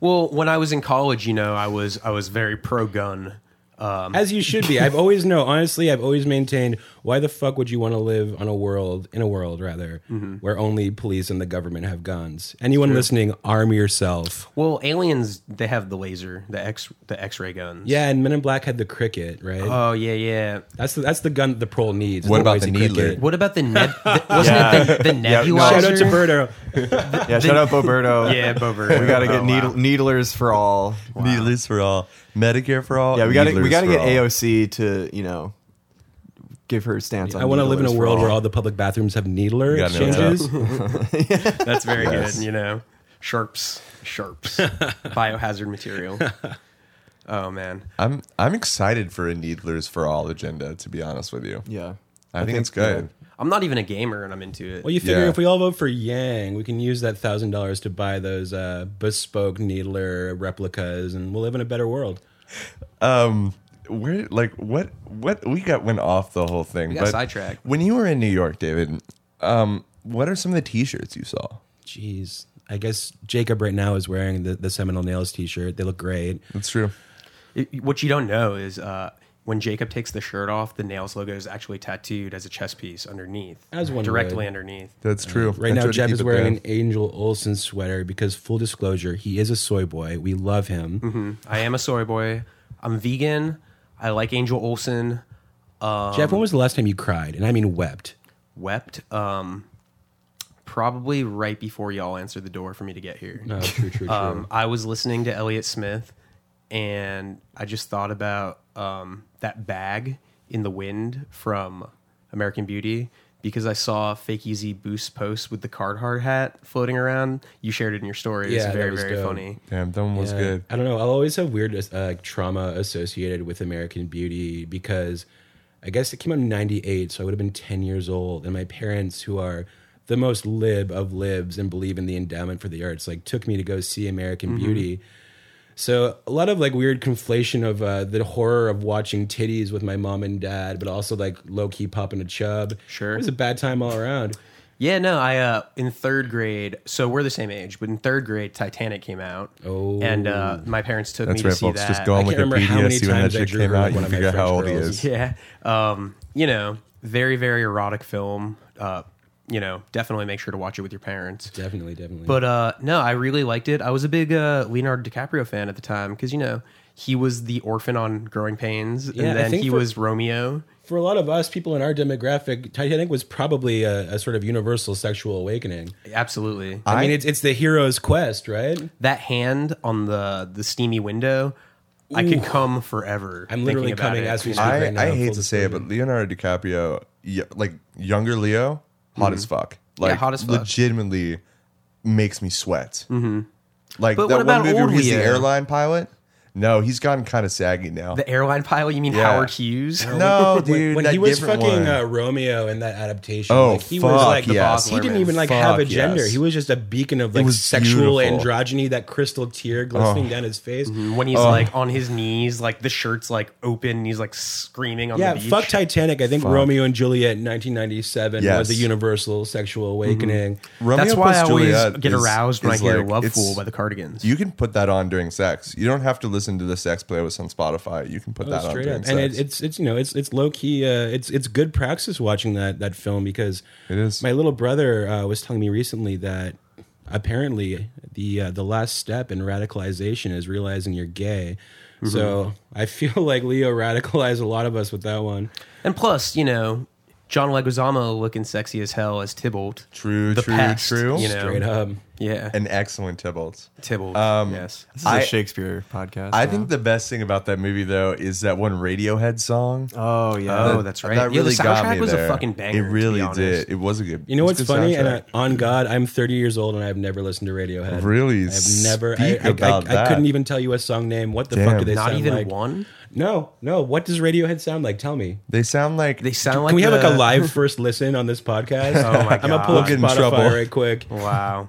Speaker 3: Well, when I was in college, you know, I was I was very pro gun.
Speaker 2: Um,
Speaker 4: As you should be. I've always no, honestly, I've always maintained why the fuck would you want to live on a world in a world rather
Speaker 2: Mm-hmm.
Speaker 4: where only police and the government have guns. Anyone listening, arm yourself.
Speaker 3: Well, aliens they have the laser, the X the X ray guns.
Speaker 4: Yeah, and Men in Black had the cricket, right?
Speaker 3: Oh yeah, yeah.
Speaker 4: That's the, that's the gun that the prol needs.
Speaker 1: What
Speaker 4: It's
Speaker 1: about
Speaker 4: noisy
Speaker 1: the needler?
Speaker 4: cricket.
Speaker 3: What about the neb? The, wasn't
Speaker 2: Yeah.
Speaker 3: it the, the nebulizer?
Speaker 4: Shout out to Birdo.
Speaker 2: Yeah, shout out Boberto.
Speaker 3: Yeah, Oh, Bover.
Speaker 2: we gotta get needle- needlers for all.
Speaker 1: Needless for all, Medicare for all.
Speaker 2: Yeah, we gotta we
Speaker 1: needlers
Speaker 2: gotta
Speaker 1: for
Speaker 2: get
Speaker 1: all.
Speaker 2: AOC to you know give her stance on.
Speaker 4: I want to live in a
Speaker 2: needlers for
Speaker 4: world where all the public bathrooms have needler
Speaker 1: You gotta know what's
Speaker 4: exchanges.
Speaker 3: That's very
Speaker 1: Yes.
Speaker 3: good. You know, sharps, sharps, biohazard material. Oh man,
Speaker 1: I'm I'm excited for a needlers for all agenda. To be honest with you,
Speaker 2: Yeah,
Speaker 1: I, think, it's good.
Speaker 3: I I'm not even a gamer and I'm into it.
Speaker 4: Well, you figure
Speaker 1: Yeah.
Speaker 4: if we all vote for Yang, we can use that thousand dollars to buy those uh, bespoke needler replicas, and we'll live in a better world.
Speaker 1: where like what what we got went off the whole thing.
Speaker 3: We got sidetracked.
Speaker 1: When you were in New York, David, um, what are some of the T-shirts you saw?
Speaker 4: Jeez, I guess Jacob right now is wearing the, the Seminole Nails T-shirt. They look great.
Speaker 1: That's true.
Speaker 3: It- what you don't know is uh, when Jacob takes the shirt off, the nails logo is actually tattooed as a chess piece underneath,
Speaker 4: As one
Speaker 3: directly
Speaker 4: would.
Speaker 3: underneath.
Speaker 1: That's true.
Speaker 4: Uh, Right
Speaker 1: I
Speaker 4: now,
Speaker 1: tried to
Speaker 4: Jeff
Speaker 1: keep
Speaker 4: is
Speaker 1: it
Speaker 4: wearing an
Speaker 1: there.
Speaker 4: Angel Olsen sweater because, full disclosure, he is a soy boy. We love him.
Speaker 1: Mm-hmm.
Speaker 3: Mm. I am a soy boy. I'm vegan. I like Angel Olsen.
Speaker 4: Jeff,
Speaker 1: Um,
Speaker 4: when was the last time you cried? And I mean wept.
Speaker 3: Wept. Um, probably right before y'all answered the door for me to get here.
Speaker 4: No, true, true, true.
Speaker 3: Um, I was listening to Elliott Smith, and I just thought about um, that bag in the wind from American Beauty because I saw Fake Easy Boost post with the card hard hat floating around. You shared it in your story.
Speaker 4: Yeah,
Speaker 3: it's
Speaker 4: that
Speaker 3: very
Speaker 4: was
Speaker 3: very
Speaker 4: dope.
Speaker 3: funny.
Speaker 1: Damn, that one was
Speaker 4: Yeah.
Speaker 1: good.
Speaker 4: I don't know. I'll always have weird uh, like, trauma associated with American Beauty because I guess it came out in 98, so I would have been 10 years old. And my parents, who are the most lib of libs and believe in the endowment for the arts, like took me to go see American
Speaker 1: Mm-hmm.
Speaker 4: Beauty. So a lot of like weird conflation of uh, the horror of watching titties with my mom and dad, but also like low key popping a chub.
Speaker 3: Sure.
Speaker 4: it was a bad time all around.
Speaker 3: Yeah, no, I uh in third grade, so we're the same age, but in third grade Titanic came out.
Speaker 4: Oh.
Speaker 3: And uh my parents took me
Speaker 1: That's
Speaker 3: to
Speaker 1: right,
Speaker 3: see
Speaker 1: folks.
Speaker 3: that.
Speaker 1: Just go on
Speaker 4: I can't remember how
Speaker 1: Wikipedia,
Speaker 4: many
Speaker 1: see when that
Speaker 4: times I
Speaker 1: shit
Speaker 4: drew
Speaker 1: came
Speaker 4: her like
Speaker 1: out, you
Speaker 4: one of my
Speaker 1: figure out how old
Speaker 4: French
Speaker 1: he is.
Speaker 4: girls.
Speaker 3: Yeah. Um, you know, very, very erotic film. Uh, you know, definitely make sure to watch it with your parents.
Speaker 4: Definitely, definitely.
Speaker 3: But uh, no, I really liked it. I was a big uh, Leonardo DiCaprio fan at the time because you know he was the orphan on Growing Pains,
Speaker 4: Yeah, I
Speaker 3: and then
Speaker 4: think
Speaker 3: he
Speaker 4: for-
Speaker 3: was Romeo.
Speaker 4: for a lot of us people in our demographic, Titanic was probably a, a sort of universal sexual awakening.
Speaker 3: Absolutely,
Speaker 4: I,
Speaker 1: I-
Speaker 4: mean, it's it's the hero's quest, right?
Speaker 3: that hand on the the steamy window, I could come forever.
Speaker 4: I'm literally
Speaker 3: thinking about
Speaker 4: coming
Speaker 3: it.
Speaker 4: as we
Speaker 3: You know?
Speaker 4: speak.
Speaker 1: I,
Speaker 4: right now,
Speaker 1: I
Speaker 4: full
Speaker 1: hate to say it, but Leonardo DiCaprio, y- like younger Leo, hot as fuck. Like
Speaker 3: Mm-hmm. hot as fuck.
Speaker 1: Legitimately makes me sweat. Mm-hmm. Like
Speaker 3: But
Speaker 1: that
Speaker 3: what about
Speaker 1: one movie
Speaker 3: old
Speaker 1: where he's the
Speaker 3: Leo?
Speaker 1: airline pilot. No, he's gotten kind of saggy now.
Speaker 3: the airline pilot. You mean
Speaker 1: Yeah.
Speaker 3: Howard Hughes?
Speaker 1: no, dude,
Speaker 4: When, when
Speaker 1: that
Speaker 4: he was
Speaker 1: different
Speaker 4: fucking
Speaker 1: one.
Speaker 4: uh, Romeo in that adaptation,
Speaker 1: Oh,
Speaker 4: like he was
Speaker 1: fuck,
Speaker 4: like the
Speaker 1: yes.
Speaker 4: boss. He didn't even like
Speaker 1: Fuck,
Speaker 4: have a gender.
Speaker 1: yes.
Speaker 4: He was just a beacon of like
Speaker 1: was beautiful.
Speaker 4: sexual
Speaker 1: Oh. Mm-hmm.
Speaker 4: androgyny. That crystal tear glistening down his face.
Speaker 3: when he's like on his knees, like the shirt's like open, and he's like screaming on
Speaker 4: Yeah,
Speaker 3: the beach.
Speaker 4: fuck Titanic. I think Romeo and Juliet in 1997
Speaker 1: Yes. Mm-hmm.
Speaker 4: was a universal sexual awakening.
Speaker 1: Romeo
Speaker 3: That's why
Speaker 1: plus
Speaker 3: I always
Speaker 1: Juliet
Speaker 3: get
Speaker 1: is-
Speaker 3: aroused when I
Speaker 1: is
Speaker 3: hear
Speaker 1: like-
Speaker 3: "Love
Speaker 1: it's-
Speaker 3: Fool" by the Cardigans.
Speaker 1: You can put that on during sex. You don't have to listen to the sex playlist on Spotify. You can put
Speaker 3: Oh,
Speaker 1: that on
Speaker 4: straight
Speaker 1: during
Speaker 4: up.
Speaker 1: sex.
Speaker 4: And it, it's it's you know it's it's low key. Uh, it's it's good praxis watching that that film because
Speaker 1: It is.
Speaker 4: My little brother uh, was telling me recently that apparently the uh, the last step in radicalization is realizing you're gay.
Speaker 1: Mm-hmm.
Speaker 4: So I feel like Leo radicalized a lot of us with that one.
Speaker 3: and plus, you know, John Leguizamo looking sexy as hell as Tybalt.
Speaker 1: True,
Speaker 3: the
Speaker 1: true,
Speaker 3: pest,
Speaker 1: true.
Speaker 3: You know,
Speaker 4: Straight up.
Speaker 3: yeah,
Speaker 1: an excellent Tybalt.
Speaker 3: Tybalt. yes,
Speaker 2: This is a
Speaker 1: I-
Speaker 2: Shakespeare podcast.
Speaker 1: I
Speaker 2: now.
Speaker 1: think the best thing about that movie though is that one Radiohead song.
Speaker 2: Oh yeah.
Speaker 3: Oh,
Speaker 1: That-
Speaker 3: that's right.
Speaker 1: That
Speaker 3: Yeah, the
Speaker 1: really got
Speaker 3: soundtrack
Speaker 1: me
Speaker 3: was a
Speaker 1: there.
Speaker 3: fucking banger,
Speaker 1: It
Speaker 3: to be
Speaker 1: really
Speaker 3: honest.
Speaker 1: did. It was a good.
Speaker 4: You know
Speaker 1: it's
Speaker 4: what's
Speaker 1: a good
Speaker 4: funny? And
Speaker 1: soundtrack.
Speaker 4: I, on God, I'm 30 years old and I've never listened to Radiohead.
Speaker 1: really,
Speaker 4: I've never. I,
Speaker 1: speak
Speaker 4: I, I,
Speaker 1: about
Speaker 4: I
Speaker 1: that.
Speaker 4: couldn't even tell you a song name. What the fuck
Speaker 1: Damn.
Speaker 4: do they
Speaker 3: not
Speaker 4: sound
Speaker 3: even
Speaker 4: like?
Speaker 3: one.
Speaker 4: No, no. What does Radiohead sound like? Tell me.
Speaker 1: They sound like
Speaker 3: They sound like
Speaker 4: Can we have like
Speaker 3: the-
Speaker 4: a live first listen on this podcast?
Speaker 3: Oh my
Speaker 4: I'm gonna pull up
Speaker 1: God. We'll get in
Speaker 4: Spotify
Speaker 1: trouble.
Speaker 4: right quick.
Speaker 3: Wow.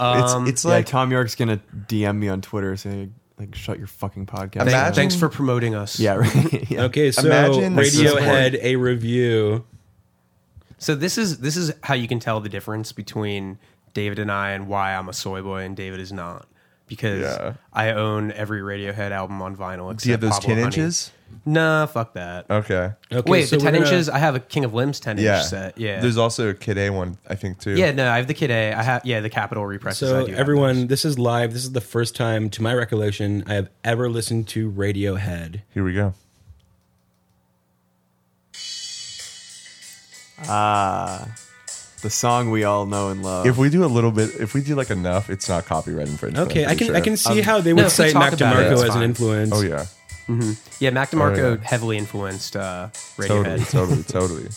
Speaker 1: it's,
Speaker 3: Um,
Speaker 1: it's
Speaker 2: yeah,
Speaker 1: like
Speaker 2: Tom York's gonna DM me on Twitter saying like, "Shut your fucking podcast."
Speaker 3: Thank-
Speaker 1: Imagine-
Speaker 3: thanks for promoting us.
Speaker 2: Yeah. Right. yeah.
Speaker 4: Okay, so
Speaker 1: Imagine-
Speaker 4: Radiohead a review.
Speaker 3: So this is this is how you can tell the difference between David and I and why I'm a soy boy and David is not. Because
Speaker 1: Yeah.
Speaker 3: I own every Radiohead album on vinyl except
Speaker 1: do you have those
Speaker 3: Pablo
Speaker 1: ten
Speaker 3: Honey.
Speaker 1: inches?
Speaker 3: Nah, fuck that.
Speaker 1: Okay.
Speaker 4: Okay,
Speaker 3: Wait,
Speaker 4: so
Speaker 3: the
Speaker 4: we're
Speaker 3: 10
Speaker 4: gonna-
Speaker 3: inches? I have a King of Limbs 10
Speaker 1: Yeah.
Speaker 3: inch set. uh, Yeah.
Speaker 1: There's also a Kid A one, I think too.
Speaker 3: yeah, no, I have the Kid A. I have, yeah, the Capitol represses. I
Speaker 4: So
Speaker 3: do have
Speaker 4: everyone,
Speaker 3: those.
Speaker 4: this is live. This is the first time, to my recollection, I have ever listened to Radiohead.
Speaker 1: Here we go.
Speaker 2: Ah, the song we all know and love.
Speaker 1: If we do a little bit, if we do like enough, it's not copyright infringement.
Speaker 4: Okay,
Speaker 1: I'm
Speaker 4: I
Speaker 1: pretty
Speaker 4: can
Speaker 1: sure.
Speaker 4: I can see how they
Speaker 3: no,
Speaker 4: would
Speaker 3: if we
Speaker 4: cite
Speaker 3: talk
Speaker 4: Mac
Speaker 3: about it,
Speaker 4: DeMarco
Speaker 3: it's
Speaker 4: as an
Speaker 3: fine.
Speaker 4: influence.
Speaker 1: Oh yeah,
Speaker 3: Yeah, Mac DeMarco
Speaker 1: Oh, yeah.
Speaker 3: heavily influenced uh, Radiohead.
Speaker 1: totally, totally, totally.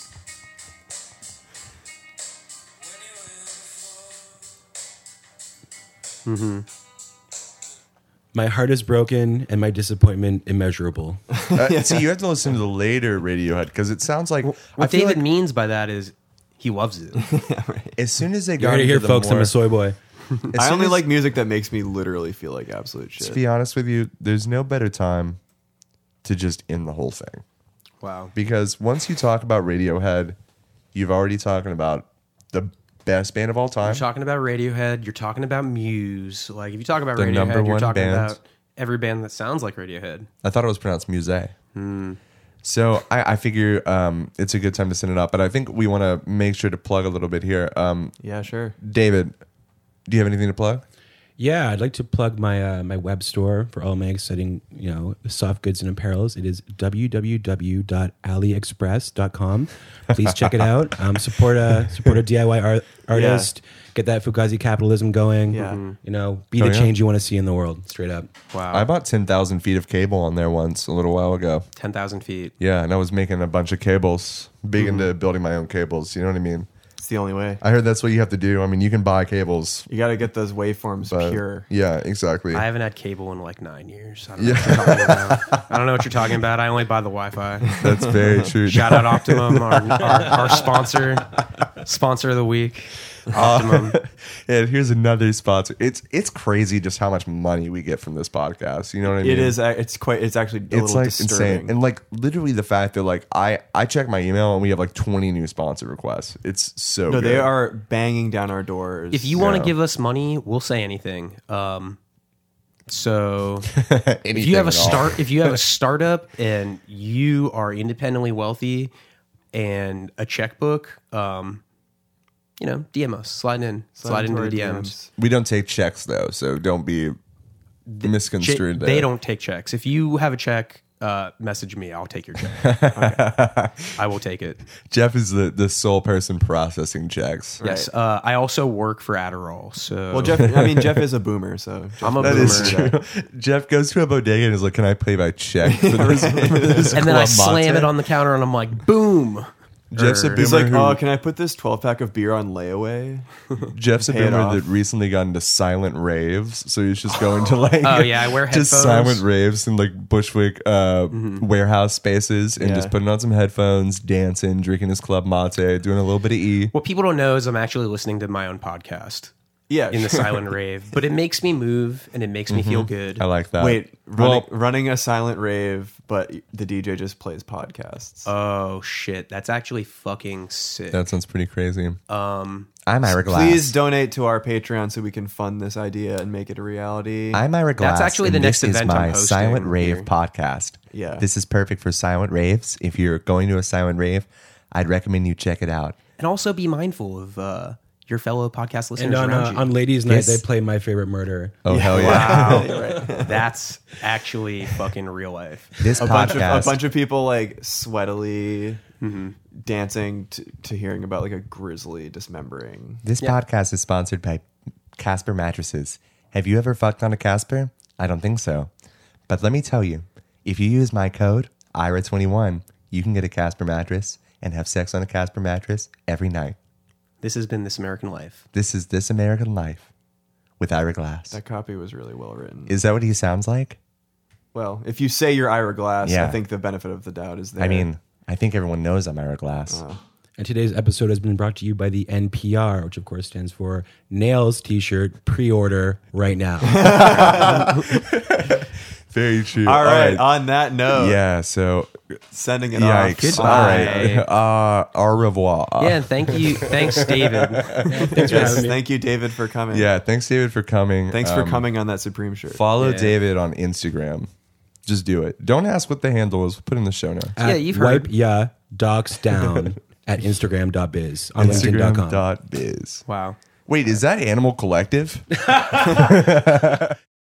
Speaker 4: My heart is broken and my disappointment immeasurable.
Speaker 1: Uh, See, you have to listen to the later Radiohead because it sounds like I
Speaker 3: What
Speaker 1: feel
Speaker 3: David
Speaker 1: like
Speaker 3: means by that is He loves it.
Speaker 1: As soon as they
Speaker 4: You
Speaker 1: got
Speaker 4: already
Speaker 1: into
Speaker 4: here,
Speaker 1: the
Speaker 4: folks. I'm
Speaker 1: more-
Speaker 4: a soy boy.
Speaker 1: as
Speaker 2: I
Speaker 1: soon
Speaker 2: only
Speaker 1: as-
Speaker 2: like music that makes me literally feel like absolute
Speaker 1: To
Speaker 2: shit.
Speaker 1: be honest with you, there's no better time to just end the whole thing.
Speaker 3: wow.
Speaker 1: because once you talk about Radiohead, you've already talking about the best band of all time.
Speaker 3: You're talking about Radiohead. You're talking about Muse. Like if you talk about
Speaker 1: The number
Speaker 3: Radiohead, you're
Speaker 1: one
Speaker 3: talking
Speaker 1: band.
Speaker 3: about every band that sounds like Radiohead.
Speaker 1: I thought it was pronounced Muse. So I, I figure um, it's a good time to send it up, but I think we want to make sure to plug a little bit here. Um,
Speaker 2: Yeah, sure.
Speaker 1: David, do you have anything to plug?
Speaker 4: Yeah, I'd like to plug my uh, my web store for all my exciting, you know, soft goods and apparels. It is www.aliexpress.com. Please check it out. Um, support a support a DIY art, artist. Get that Fugazi capitalism going.
Speaker 2: Yeah. Mhm.
Speaker 4: You know, be
Speaker 1: Oh,
Speaker 4: the
Speaker 1: yeah.
Speaker 4: change you want to see in the world. Straight up.
Speaker 3: Wow.
Speaker 1: I bought ten thousand feet of cable on there once a little while ago.
Speaker 3: Ten thousand feet.
Speaker 1: Yeah, and I was making a bunch of cables, big into building my own cables. You know what I mean?
Speaker 2: It's the only way.
Speaker 1: I heard that's what you have to do. I mean, you can buy cables,
Speaker 2: You got to get those waveforms
Speaker 1: but
Speaker 2: pure.
Speaker 1: yeah, exactly.
Speaker 3: I haven't had cable in like nine years. I don't, know what you're talking about. I don't know what you're talking about. I only buy the Wi-Fi.
Speaker 1: that's very true.
Speaker 3: Shout out Optimum, our, our, our sponsor, sponsor of the week.
Speaker 1: Uh,
Speaker 3: Optimum.
Speaker 1: And here's another sponsor. It's it's crazy just how much money we get from this podcast. You know what I mean?
Speaker 2: It is. a- It's quite. It's actually a
Speaker 1: It's
Speaker 2: little
Speaker 1: like
Speaker 2: disturbing.
Speaker 1: insane, and like literally the fact that like I I check my email and we have like 20 new sponsor requests. It's so
Speaker 2: no, they
Speaker 1: good.
Speaker 2: are banging down our doors.
Speaker 3: If you want
Speaker 1: Yeah.
Speaker 3: to give us money, we'll say anything. Um, so if
Speaker 1: Anything
Speaker 3: you have a
Speaker 1: at all.
Speaker 3: start, if you have a startup and you are independently wealthy and a checkbook, um, you know, DM us, slide in, slide,
Speaker 2: into
Speaker 3: into the
Speaker 2: our
Speaker 3: DMs.
Speaker 1: we don't take checks though, so don't be
Speaker 3: Che-
Speaker 1: misconstrued. there.
Speaker 3: they don't take checks. If you have a check, uh, message me. I'll take your check. I will take it.
Speaker 1: Jeff is the the sole person processing checks.
Speaker 3: Yes. Uh, I also work for Adderall. So
Speaker 2: well, Jeff. I mean, Jeff is a boomer, so Jeff-
Speaker 3: I'm a
Speaker 1: That
Speaker 3: boomer.
Speaker 1: is true. Jeff goes to a bodega and is like, "Can I pay by check?" For this,
Speaker 3: and then I slam it on the counter and I'm like, boom. Er,
Speaker 1: Jeff's a
Speaker 3: Or-
Speaker 1: big-
Speaker 2: He's like,
Speaker 1: who-
Speaker 2: oh, can I put this 12 pack of beer on layaway?
Speaker 1: Jeff's a
Speaker 2: Pay it
Speaker 1: boomer
Speaker 2: off.
Speaker 1: that recently got into silent raves, so he's just going to like
Speaker 3: Oh, yeah, I wear
Speaker 1: just
Speaker 3: headphones. Mm-hmm.
Speaker 1: silent raves in like Bushwick uh, warehouse spaces and
Speaker 2: Yeah.
Speaker 1: just putting on some headphones, dancing, drinking his club mate, doing a little bit of e.
Speaker 3: What people don't know is I'm actually listening to my own podcast
Speaker 2: Yeah.
Speaker 3: in the
Speaker 2: sure.
Speaker 3: silent rave, but it makes me move and it makes me feel good.
Speaker 1: Mm-hmm. I like that.
Speaker 2: Wait, running,
Speaker 1: well,
Speaker 2: running a silent rave, but the DJ just plays podcasts.
Speaker 3: Oh shit, that's actually fucking sick.
Speaker 1: that sounds pretty crazy. Um, I'm Ira Glass.
Speaker 2: Please donate to our Patreon so we can fund this idea and make it a reality.
Speaker 1: I'm Ira Glass.
Speaker 3: actually the
Speaker 1: and
Speaker 3: next
Speaker 1: this
Speaker 3: event
Speaker 1: is
Speaker 3: I'm
Speaker 1: my
Speaker 3: hosting
Speaker 1: silent rave
Speaker 3: here.
Speaker 1: podcast.
Speaker 2: Yeah.
Speaker 1: this is perfect for silent raves. If you're going to a silent rave, I'd recommend you check it out.
Speaker 3: and also be mindful of uh, your fellow podcast listeners
Speaker 4: And on
Speaker 3: around
Speaker 4: uh,
Speaker 3: you.
Speaker 4: on Ladies Night,
Speaker 1: Yes.
Speaker 4: they play my favorite murder.
Speaker 1: Oh hell yeah!
Speaker 3: wow, that's actually fucking real life.
Speaker 1: This
Speaker 2: a
Speaker 1: podcast.
Speaker 2: bunch, of, a bunch of people like sweatily dancing to, to hearing about like a grizzly dismembering.
Speaker 1: This podcast is sponsored by Casper Mattresses. Have you ever fucked on a Casper? I don't think so. But let me tell you, if you use my code IRA21, you can get a Casper mattress and have sex on a Casper mattress every night.
Speaker 3: This has been This American Life.
Speaker 1: This is This American Life with Ira Glass.
Speaker 2: That copy was really well written.
Speaker 1: Is that what he sounds like?
Speaker 2: well, if you say you're Ira Glass, I
Speaker 1: Yeah.
Speaker 2: think the benefit of the doubt is there.
Speaker 1: I mean, I think everyone knows I'm Ira Glass.
Speaker 4: And today's episode has been brought to you by the NPR, which of course stands for Nails T-shirt pre-order right now.
Speaker 1: Very true.
Speaker 2: all right, uh, On that note,
Speaker 1: Yeah, so
Speaker 2: sending it off.
Speaker 1: yikes. All right.
Speaker 3: Goodbye.
Speaker 1: Uh, au revoir.
Speaker 3: Yeah, and thank you, thanks, David.
Speaker 2: Yes, thank you, David, for coming.
Speaker 1: Yeah, thanks, David, for coming.
Speaker 2: Thanks for
Speaker 1: Um,
Speaker 2: coming on that Supreme shirt.
Speaker 1: Follow
Speaker 3: Yeah.
Speaker 1: David on Instagram. Just do it. Don't ask what the handle is. We'll put it in the show notes.
Speaker 3: Yeah,
Speaker 4: At
Speaker 3: you've heard.
Speaker 4: Wipe ya docs down at Instagram.biz on LinkedIn.com.
Speaker 1: Instagram.biz.
Speaker 3: Wow.
Speaker 1: Wait, is that Animal Collective?